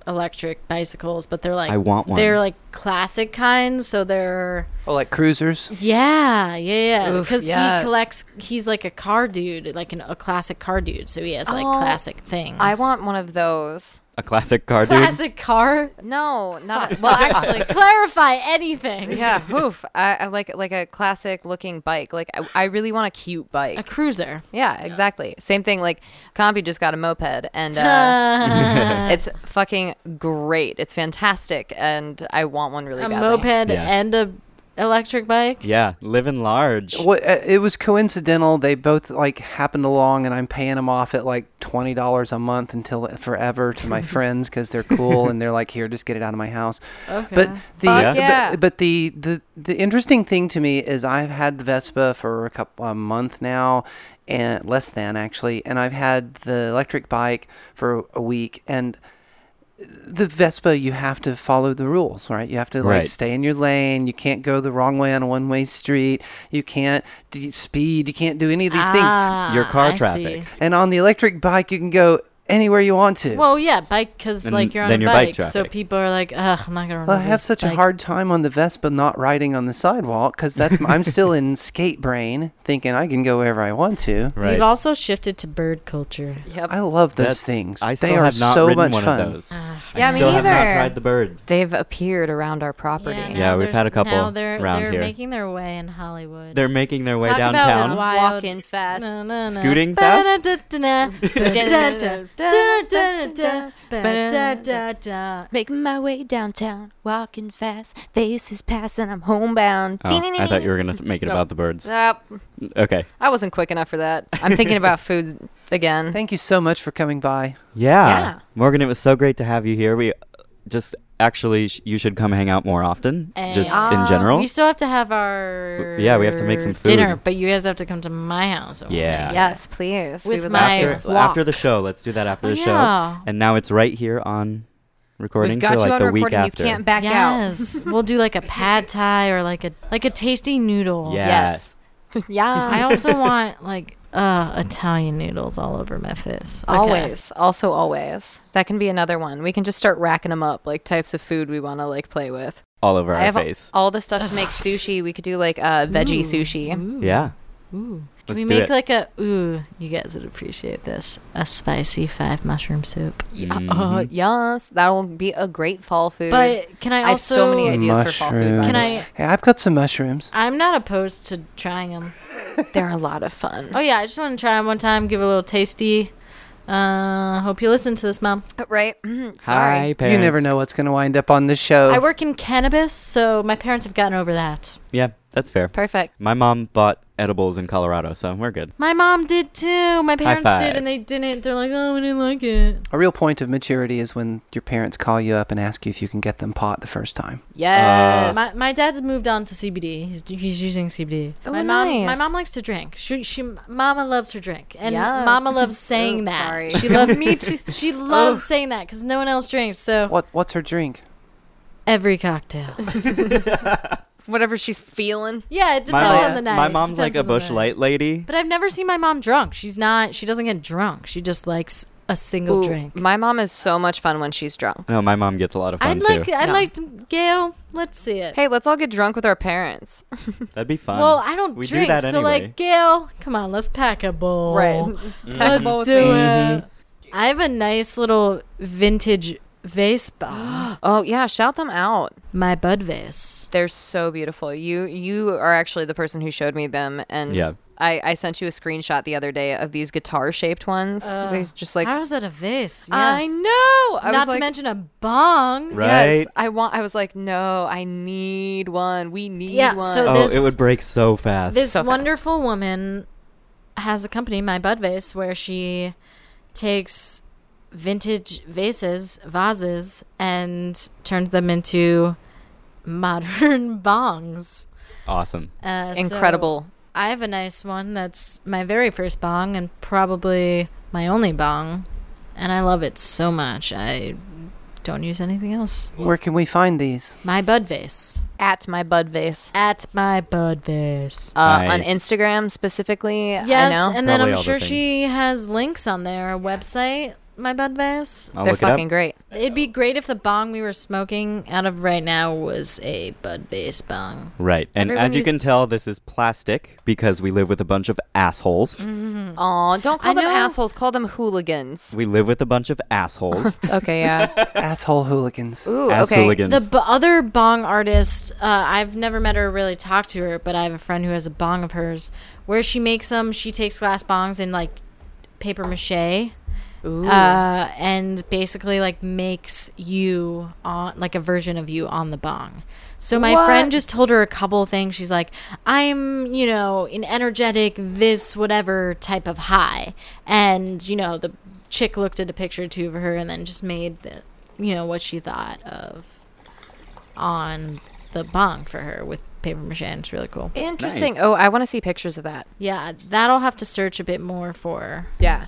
[SPEAKER 1] electric bicycles, but they're like
[SPEAKER 3] I want one.
[SPEAKER 1] they're like classic kinds, so they're
[SPEAKER 4] oh, like cruisers.
[SPEAKER 1] yeah, yeah, yeah.
[SPEAKER 2] Oof,
[SPEAKER 1] Because
[SPEAKER 2] yes.
[SPEAKER 1] he collects, he's like a car dude, like an, a classic car dude. So he has like
[SPEAKER 2] Oh,
[SPEAKER 1] classic things.
[SPEAKER 2] I want one of those.
[SPEAKER 3] a classic car, dude.
[SPEAKER 1] classic car.
[SPEAKER 2] No, not well. Actually,
[SPEAKER 1] Clarify anything.
[SPEAKER 2] yeah. Oof. I, I like like a classic looking bike. Like I, I really want a cute
[SPEAKER 1] A
[SPEAKER 2] bike.
[SPEAKER 1] cruiser.
[SPEAKER 2] Yeah, exactly. Same thing. Like Compy just got a moped, and uh, it's fucking great. It's fantastic, and I want one really
[SPEAKER 1] a
[SPEAKER 2] badly.
[SPEAKER 1] moped
[SPEAKER 3] Yeah.
[SPEAKER 1] and a electric bike.
[SPEAKER 3] Yeah, living large.
[SPEAKER 4] Well, uh, it was coincidental. They both like happened along, and I'm paying them off at like twenty dollars a month until forever to my friends because they're cool and they're like, here, just get it out of my house.
[SPEAKER 1] Okay.
[SPEAKER 4] But the
[SPEAKER 2] Fuck
[SPEAKER 4] but-
[SPEAKER 2] yeah.
[SPEAKER 4] but, the, the the interesting thing to me is I've had Vespa for a couple a month now, and less than actually, and I've had the electric bike for a week and. The Vespa, you have to follow the rules, right? You have to like
[SPEAKER 3] Right.
[SPEAKER 4] stay in your lane. You can't go the wrong way on a one-way street. You can't d- speed. You can't do any of these things.
[SPEAKER 1] Ah,
[SPEAKER 3] Your car
[SPEAKER 1] I see.
[SPEAKER 3] traffic.
[SPEAKER 4] And on the electric bike, you can go anywhere you want to.
[SPEAKER 1] Well, yeah, bike because
[SPEAKER 3] Then-
[SPEAKER 1] like you're on
[SPEAKER 3] then
[SPEAKER 1] a
[SPEAKER 3] you're bike
[SPEAKER 1] bike, so
[SPEAKER 3] traffic.
[SPEAKER 1] people are like, "Ugh, I'm not gonna."
[SPEAKER 4] Well, I
[SPEAKER 1] ride
[SPEAKER 4] have
[SPEAKER 1] this
[SPEAKER 4] such a
[SPEAKER 1] Oh, bike."
[SPEAKER 4] hard time on the Vespa not riding on the sidewalk because that's I'm still in skate brain, thinking I can go wherever I want to.
[SPEAKER 1] We've also shifted to bird culture.
[SPEAKER 2] Yep.
[SPEAKER 4] I love
[SPEAKER 3] That's-
[SPEAKER 4] those things.
[SPEAKER 3] I still
[SPEAKER 4] they are
[SPEAKER 3] have not
[SPEAKER 4] so
[SPEAKER 3] ridden
[SPEAKER 4] much
[SPEAKER 3] one
[SPEAKER 4] fun.
[SPEAKER 3] of those.
[SPEAKER 1] Ah.
[SPEAKER 2] Uh, Yeah,
[SPEAKER 3] I
[SPEAKER 2] me
[SPEAKER 3] still have not
[SPEAKER 2] neither.
[SPEAKER 3] tried the bird.
[SPEAKER 2] They've appeared around our property.
[SPEAKER 1] Yeah,
[SPEAKER 3] no. Yeah,
[SPEAKER 1] now
[SPEAKER 3] we've
[SPEAKER 1] there's-
[SPEAKER 3] had a couple
[SPEAKER 1] Now they're
[SPEAKER 3] around
[SPEAKER 1] they're
[SPEAKER 3] here.
[SPEAKER 1] making their way in Hollywood.
[SPEAKER 3] They're making their way
[SPEAKER 1] Talk about
[SPEAKER 3] downtown.
[SPEAKER 1] wild-
[SPEAKER 2] Walking fast.
[SPEAKER 1] Na, na, na.
[SPEAKER 3] Scooting fast?
[SPEAKER 1] Ba-da-da-da-da, ba-da-da-da-da, ba-da-da-da-da, ba-da-da-da.
[SPEAKER 2] Making my way downtown, walking fast. This is passing, I'm homebound.
[SPEAKER 3] Oh, I thought you were going to make it about the birds.
[SPEAKER 2] Nope.
[SPEAKER 3] Okay.
[SPEAKER 2] I wasn't quick enough for that. I'm thinking about food again.
[SPEAKER 4] Thank you so much for coming by.
[SPEAKER 3] Yeah.
[SPEAKER 2] Yeah.
[SPEAKER 3] Morgan, it was so great to have you here. We uh, just actually, sh- you should come hang out more often, just
[SPEAKER 1] Hey,
[SPEAKER 3] in general.
[SPEAKER 1] We still have to have our
[SPEAKER 3] W- yeah, we have to make some
[SPEAKER 1] dinner,
[SPEAKER 3] food.
[SPEAKER 1] but you guys have to come to my house. and we'll
[SPEAKER 3] Yeah.
[SPEAKER 1] make it.
[SPEAKER 2] yes, please.
[SPEAKER 1] With
[SPEAKER 2] would
[SPEAKER 1] my-
[SPEAKER 2] love to.
[SPEAKER 3] after,
[SPEAKER 1] walk.
[SPEAKER 3] after the show. Let's do that after
[SPEAKER 1] Oh,
[SPEAKER 3] the
[SPEAKER 1] yeah.
[SPEAKER 3] show. And now it's right here on recording.
[SPEAKER 2] We've got
[SPEAKER 3] so,
[SPEAKER 2] you
[SPEAKER 3] like,
[SPEAKER 2] on
[SPEAKER 3] the week
[SPEAKER 2] recording. You
[SPEAKER 3] after.
[SPEAKER 2] can't back out.
[SPEAKER 1] Yes, we'll do like a pad thai or like a like a tasty noodle.
[SPEAKER 3] Yeah.
[SPEAKER 2] Yes.
[SPEAKER 1] I
[SPEAKER 2] yeah.
[SPEAKER 1] also want like uh Italian noodles all over Memphis. Okay.
[SPEAKER 2] Always. Also, always. That can be another one. We can just start racking them up, like types of food we want to like play with.
[SPEAKER 3] All over
[SPEAKER 2] I
[SPEAKER 3] our
[SPEAKER 2] have a-
[SPEAKER 3] face.
[SPEAKER 2] all the stuff to make sushi. We could do like uh, veggie sushi.
[SPEAKER 3] yeah.
[SPEAKER 1] Ooh. Can we
[SPEAKER 3] Let's do
[SPEAKER 1] make
[SPEAKER 3] it.
[SPEAKER 1] like a ooh? You guys would appreciate this. A spicy five mushroom soup.
[SPEAKER 2] Yeah, uh,
[SPEAKER 3] Mm-hmm.
[SPEAKER 2] yes, that'll be a great fall food.
[SPEAKER 1] But can I also?
[SPEAKER 2] I have so
[SPEAKER 3] Mm.
[SPEAKER 2] many ideas for fall food.
[SPEAKER 4] Mushrooms.
[SPEAKER 1] Can
[SPEAKER 2] Can
[SPEAKER 1] I?
[SPEAKER 4] Hey, I've got some mushrooms.
[SPEAKER 1] I'm not opposed to trying them.
[SPEAKER 2] They're a lot of fun.
[SPEAKER 1] Oh yeah, I just want to try them one time, give it a little tasty. Uh, hope you listen to this, mom.
[SPEAKER 2] Right? Mm, sorry.
[SPEAKER 3] Hi, parents.
[SPEAKER 4] You never know what's going to wind up on this
[SPEAKER 3] Oh.
[SPEAKER 4] show.
[SPEAKER 1] I work in cannabis, so my parents have gotten over that.
[SPEAKER 3] Yeah, that's fair.
[SPEAKER 2] Perfect.
[SPEAKER 3] My mom bought edibles in Colorado, so we're good.
[SPEAKER 1] My mom did too. My parents
[SPEAKER 3] five.
[SPEAKER 1] did, and they didn't. They're like, oh, we didn't like it.
[SPEAKER 4] a real point of maturity is when your parents call you up and ask you if you can get them pot the first time.
[SPEAKER 2] Yes.
[SPEAKER 1] My, my dad's moved on to CBD. He's he's using CBD.
[SPEAKER 2] Oh,
[SPEAKER 1] my mom
[SPEAKER 2] nice.
[SPEAKER 1] my mom likes to drink. She she mama loves her drink, and
[SPEAKER 2] Yes.
[SPEAKER 1] mama loves saying
[SPEAKER 2] Oops,
[SPEAKER 1] that.
[SPEAKER 2] sorry.
[SPEAKER 1] She loves me too. She loves saying that because no one else drinks. So
[SPEAKER 4] What What's her drink?
[SPEAKER 1] every cocktail.
[SPEAKER 2] Whatever she's feeling.
[SPEAKER 1] Yeah, it depends
[SPEAKER 3] My,
[SPEAKER 1] on the night.
[SPEAKER 3] my
[SPEAKER 1] It
[SPEAKER 3] mom's
[SPEAKER 1] depends
[SPEAKER 3] like a
[SPEAKER 1] on the
[SPEAKER 3] bush
[SPEAKER 1] night.
[SPEAKER 3] light lady.
[SPEAKER 1] But I've never seen my mom drunk. She's not. She doesn't get drunk. She just likes a single
[SPEAKER 2] Ooh,
[SPEAKER 1] drink.
[SPEAKER 2] My mom is so much fun when she's drunk.
[SPEAKER 3] No, my mom gets a lot of fun
[SPEAKER 1] I'd like.
[SPEAKER 3] too.
[SPEAKER 1] I'd
[SPEAKER 2] No.
[SPEAKER 1] like to. Gail, let's see it.
[SPEAKER 2] Hey, let's all get drunk with our parents.
[SPEAKER 3] That'd be fun.
[SPEAKER 1] well, I don't
[SPEAKER 3] we do
[SPEAKER 1] drink,
[SPEAKER 3] that
[SPEAKER 1] so
[SPEAKER 3] anyway.
[SPEAKER 1] like, Gail, come on, let's pack a bowl.
[SPEAKER 2] Pack
[SPEAKER 3] Mm.
[SPEAKER 1] Let's
[SPEAKER 2] a
[SPEAKER 1] do
[SPEAKER 2] bowl
[SPEAKER 1] it.
[SPEAKER 2] with me.
[SPEAKER 1] I have a nice little vintage vase bomb.
[SPEAKER 2] Oh yeah, shout them out.
[SPEAKER 1] my bud vase.
[SPEAKER 2] They're so beautiful. You you are actually the person who showed me them, and
[SPEAKER 3] Yeah.
[SPEAKER 2] I I sent you a screenshot the other day of these guitar shaped ones. These just like
[SPEAKER 1] How is that a vase? Yes.
[SPEAKER 2] Uh, I know. I
[SPEAKER 1] Not
[SPEAKER 2] was
[SPEAKER 1] to
[SPEAKER 2] like,
[SPEAKER 1] mention a bong.
[SPEAKER 3] Right.
[SPEAKER 2] Yes, I want. I was like, no, I need one. We need
[SPEAKER 1] Yeah,
[SPEAKER 2] one.
[SPEAKER 1] so
[SPEAKER 3] oh,
[SPEAKER 1] this-
[SPEAKER 3] it would break so fast.
[SPEAKER 1] This
[SPEAKER 2] so fast.
[SPEAKER 1] wonderful woman has a company, My Bud Vase, where she takes vintage vases, vases, and turns them into modern bongs.
[SPEAKER 3] awesome.
[SPEAKER 1] Uh, so
[SPEAKER 2] incredible.
[SPEAKER 1] I have a nice one that's my very first bong and probably my only bong, and I love it so much. I don't use anything else.
[SPEAKER 4] Where can we find these?
[SPEAKER 1] My Bud Vase.
[SPEAKER 2] At my bud vase.
[SPEAKER 1] At my Bud Vase.
[SPEAKER 2] Uh, On
[SPEAKER 3] Nice.
[SPEAKER 2] Instagram specifically.
[SPEAKER 1] Yes,
[SPEAKER 2] I know.
[SPEAKER 1] and then
[SPEAKER 3] Probably
[SPEAKER 1] I'm
[SPEAKER 3] all
[SPEAKER 1] sure
[SPEAKER 3] the
[SPEAKER 1] she has links on their website. My bud vase.
[SPEAKER 3] I'll
[SPEAKER 2] They're
[SPEAKER 3] look it up.
[SPEAKER 2] fucking great.
[SPEAKER 1] It'd be great if the bong we were smoking out of right now was a bud vase bong.
[SPEAKER 3] Right. And
[SPEAKER 2] Everyone
[SPEAKER 3] as you
[SPEAKER 2] use-
[SPEAKER 3] can tell, this is plastic because we live with a bunch of assholes.
[SPEAKER 2] Aw, don't call
[SPEAKER 1] Mm. I
[SPEAKER 2] them
[SPEAKER 1] know.
[SPEAKER 2] assholes. Call them hooligans.
[SPEAKER 3] We live with a bunch of assholes.
[SPEAKER 2] Okay, yeah.
[SPEAKER 4] Asshole hooligans.
[SPEAKER 2] Ooh,
[SPEAKER 3] Ass
[SPEAKER 2] okay.
[SPEAKER 3] hooligans.
[SPEAKER 1] The b- other bong artist, uh, I've never met her, really talked to her, but I have a friend who has a bong of hers where she makes them. She takes glass bongs in like paper mache. Uh, and basically like makes you on like a version of you on the bong. So my
[SPEAKER 2] What?
[SPEAKER 1] friend just told her a couple of things. She's like, I'm, you know, an energetic this whatever type of high. And, you know, the chick looked at a picture or two of her and then just made the you know, what she thought of on the bong for her with paper mache. and It's really cool.
[SPEAKER 2] Interesting.
[SPEAKER 3] Nice.
[SPEAKER 2] Oh, I want to see pictures of that.
[SPEAKER 1] Yeah, that'll have to search a bit more for
[SPEAKER 2] Yeah.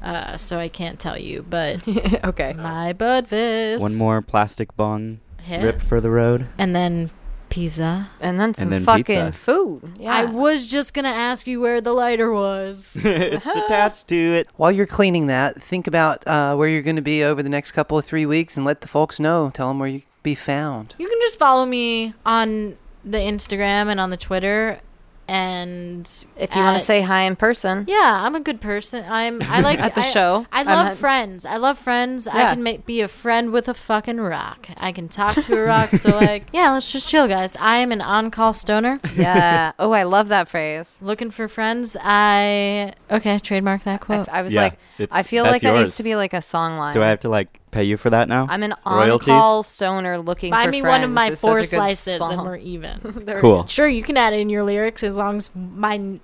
[SPEAKER 1] uh, so I can't tell you, but
[SPEAKER 2] okay.
[SPEAKER 1] my bud fist.
[SPEAKER 3] One more plastic bong
[SPEAKER 1] Yeah.
[SPEAKER 3] rip for the road.
[SPEAKER 1] And then pizza.
[SPEAKER 2] and then some
[SPEAKER 3] then
[SPEAKER 2] fucking
[SPEAKER 3] pizza.
[SPEAKER 2] food. Yeah.
[SPEAKER 1] I was just gonna ask you where the lighter was.
[SPEAKER 3] it's attached to it.
[SPEAKER 4] While you're cleaning that, think about uh, where you're going to be over the next couple of three weeks and let the folks know. Tell them where you be found.
[SPEAKER 1] you can just follow me on the Instagram and on the Twitter, and
[SPEAKER 2] if you want
[SPEAKER 1] at-
[SPEAKER 2] to say hi in person,
[SPEAKER 1] Yeah, I'm a good person. I'm. I like
[SPEAKER 2] At the
[SPEAKER 1] I-
[SPEAKER 2] show,
[SPEAKER 1] I
[SPEAKER 2] I'm
[SPEAKER 1] love
[SPEAKER 2] at-
[SPEAKER 1] friends. I love friends. I
[SPEAKER 2] Yeah.
[SPEAKER 1] can make, be a friend with a fucking rock. I can talk to a rock. So like, yeah, let's just chill, guys. I am an on-call stoner
[SPEAKER 2] yeah. Oh, I love that phrase.
[SPEAKER 1] looking for friends. I okay, trademark that
[SPEAKER 2] I,
[SPEAKER 1] quote.
[SPEAKER 2] f- I was
[SPEAKER 3] Yeah,
[SPEAKER 2] like,
[SPEAKER 3] it's-
[SPEAKER 2] I feel
[SPEAKER 3] that's
[SPEAKER 2] like that needs
[SPEAKER 3] yours.
[SPEAKER 2] to be like a song line.
[SPEAKER 3] Do I have to like pay you for that now?
[SPEAKER 2] I'm an
[SPEAKER 3] Royalties?
[SPEAKER 2] on-call stoner looking
[SPEAKER 1] Buy
[SPEAKER 2] for
[SPEAKER 1] me
[SPEAKER 2] friends.
[SPEAKER 1] one of my
[SPEAKER 2] is such a
[SPEAKER 1] four
[SPEAKER 2] good
[SPEAKER 1] slices, and
[SPEAKER 2] song.
[SPEAKER 1] we're even.
[SPEAKER 2] There we
[SPEAKER 3] Cool.
[SPEAKER 1] sure, you can add in your lyrics as long as my n-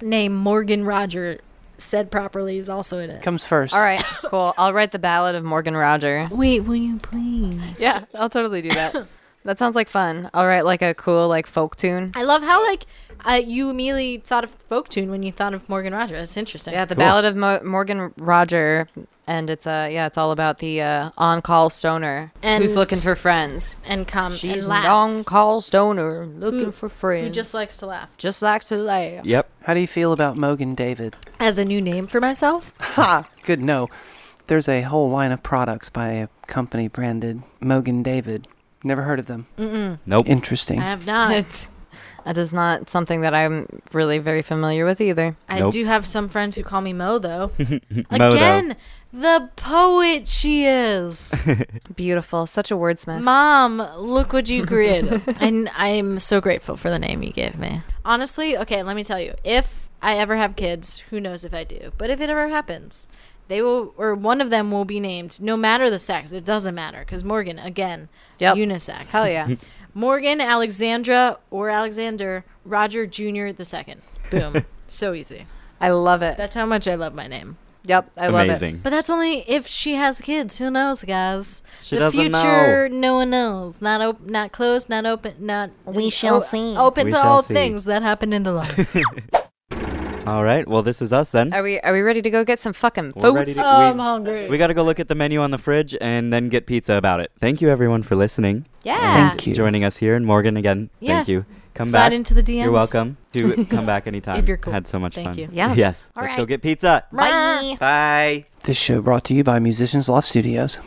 [SPEAKER 1] name Morgan Roger said properly is also in it.
[SPEAKER 4] Comes first.
[SPEAKER 2] All right, cool. I'll write the ballad of Morgan Roger.
[SPEAKER 1] Wait, will you please?
[SPEAKER 2] Yeah, I'll totally do that. that sounds like fun. I'll write like a cool like folk tune.
[SPEAKER 1] I love how like uh, you immediately thought of folk tune when you thought of Morgan Roger. That's interesting.
[SPEAKER 2] Yeah, the
[SPEAKER 3] Cool.
[SPEAKER 2] ballad of Mo- Morgan Roger, and it's uh yeah, it's all about the uh, on-call stoner
[SPEAKER 1] And- um,
[SPEAKER 2] who's looking for friends.
[SPEAKER 1] and come
[SPEAKER 2] She's
[SPEAKER 1] and
[SPEAKER 2] an
[SPEAKER 1] laughs.
[SPEAKER 2] on-call stoner looking
[SPEAKER 1] Who-
[SPEAKER 2] for friends.
[SPEAKER 1] Who just likes to laugh.
[SPEAKER 2] just likes to laugh.
[SPEAKER 3] Yep.
[SPEAKER 4] How do you feel about Mogan David?
[SPEAKER 1] As a new name for myself,
[SPEAKER 4] Ha! Good no. There's a whole line of products by a company branded Mogan David. Never heard of them.
[SPEAKER 2] Mm-hmm.
[SPEAKER 3] Nope.
[SPEAKER 4] Interesting.
[SPEAKER 1] I have not.
[SPEAKER 2] It's- That is not something that I'm really very familiar with either.
[SPEAKER 1] I
[SPEAKER 3] Nope.
[SPEAKER 1] do have some friends who call me Mo though.
[SPEAKER 3] Mo, though.
[SPEAKER 1] Again, the poet she is.
[SPEAKER 2] Beautiful, such a wordsmith.
[SPEAKER 1] Mom, look what you created. and I'm so grateful for the name you gave me. Honestly, okay, let me tell you. If I ever have kids, who knows if I do, but if it ever happens, they will, or one of them will be named, no matter the sex. It doesn't matter because Morgan, again,
[SPEAKER 2] Yep.
[SPEAKER 1] unisex.
[SPEAKER 2] Hell yeah.
[SPEAKER 1] Morgan, Alexandra, or Alexander, Roger Jr. the second. Boom. so easy.
[SPEAKER 2] I love it.
[SPEAKER 1] That's how much I love my name.
[SPEAKER 2] yep, I love it.
[SPEAKER 3] Amazing.
[SPEAKER 1] But that's only if she has kids. Who knows, guys?
[SPEAKER 3] She
[SPEAKER 1] the
[SPEAKER 3] doesn't
[SPEAKER 1] future, no one knows. Not op- not closed, not open, not.
[SPEAKER 2] We shall
[SPEAKER 1] o-
[SPEAKER 2] see.
[SPEAKER 1] Open
[SPEAKER 3] We
[SPEAKER 1] to
[SPEAKER 3] shall
[SPEAKER 1] all
[SPEAKER 3] see.
[SPEAKER 1] things that happen in the life.
[SPEAKER 3] All right. Well, this is us then.
[SPEAKER 2] Are we are we ready to go get some fucking
[SPEAKER 3] We're
[SPEAKER 2] food?
[SPEAKER 3] ready to-
[SPEAKER 1] oh,
[SPEAKER 3] We-
[SPEAKER 1] I'm hungry.
[SPEAKER 3] We got to go look at the menu on the fridge and then get pizza about it. Thank you, everyone, for listening.
[SPEAKER 2] yeah.
[SPEAKER 4] Thank you.
[SPEAKER 3] Joining us here. And Morgan, again, thank
[SPEAKER 1] Yeah.
[SPEAKER 3] you. Come
[SPEAKER 1] Slide
[SPEAKER 3] back.
[SPEAKER 1] into the DMs.
[SPEAKER 3] You're welcome. Do come back anytime.
[SPEAKER 1] If you're cool.
[SPEAKER 3] Had so much
[SPEAKER 1] Thank
[SPEAKER 3] fun.
[SPEAKER 1] you.
[SPEAKER 2] Yeah.
[SPEAKER 3] Yes.
[SPEAKER 2] All
[SPEAKER 3] Let's
[SPEAKER 2] right.
[SPEAKER 3] go get pizza.
[SPEAKER 2] Bye.
[SPEAKER 3] Bye.
[SPEAKER 4] This show brought to you by Musicians Loft Studios.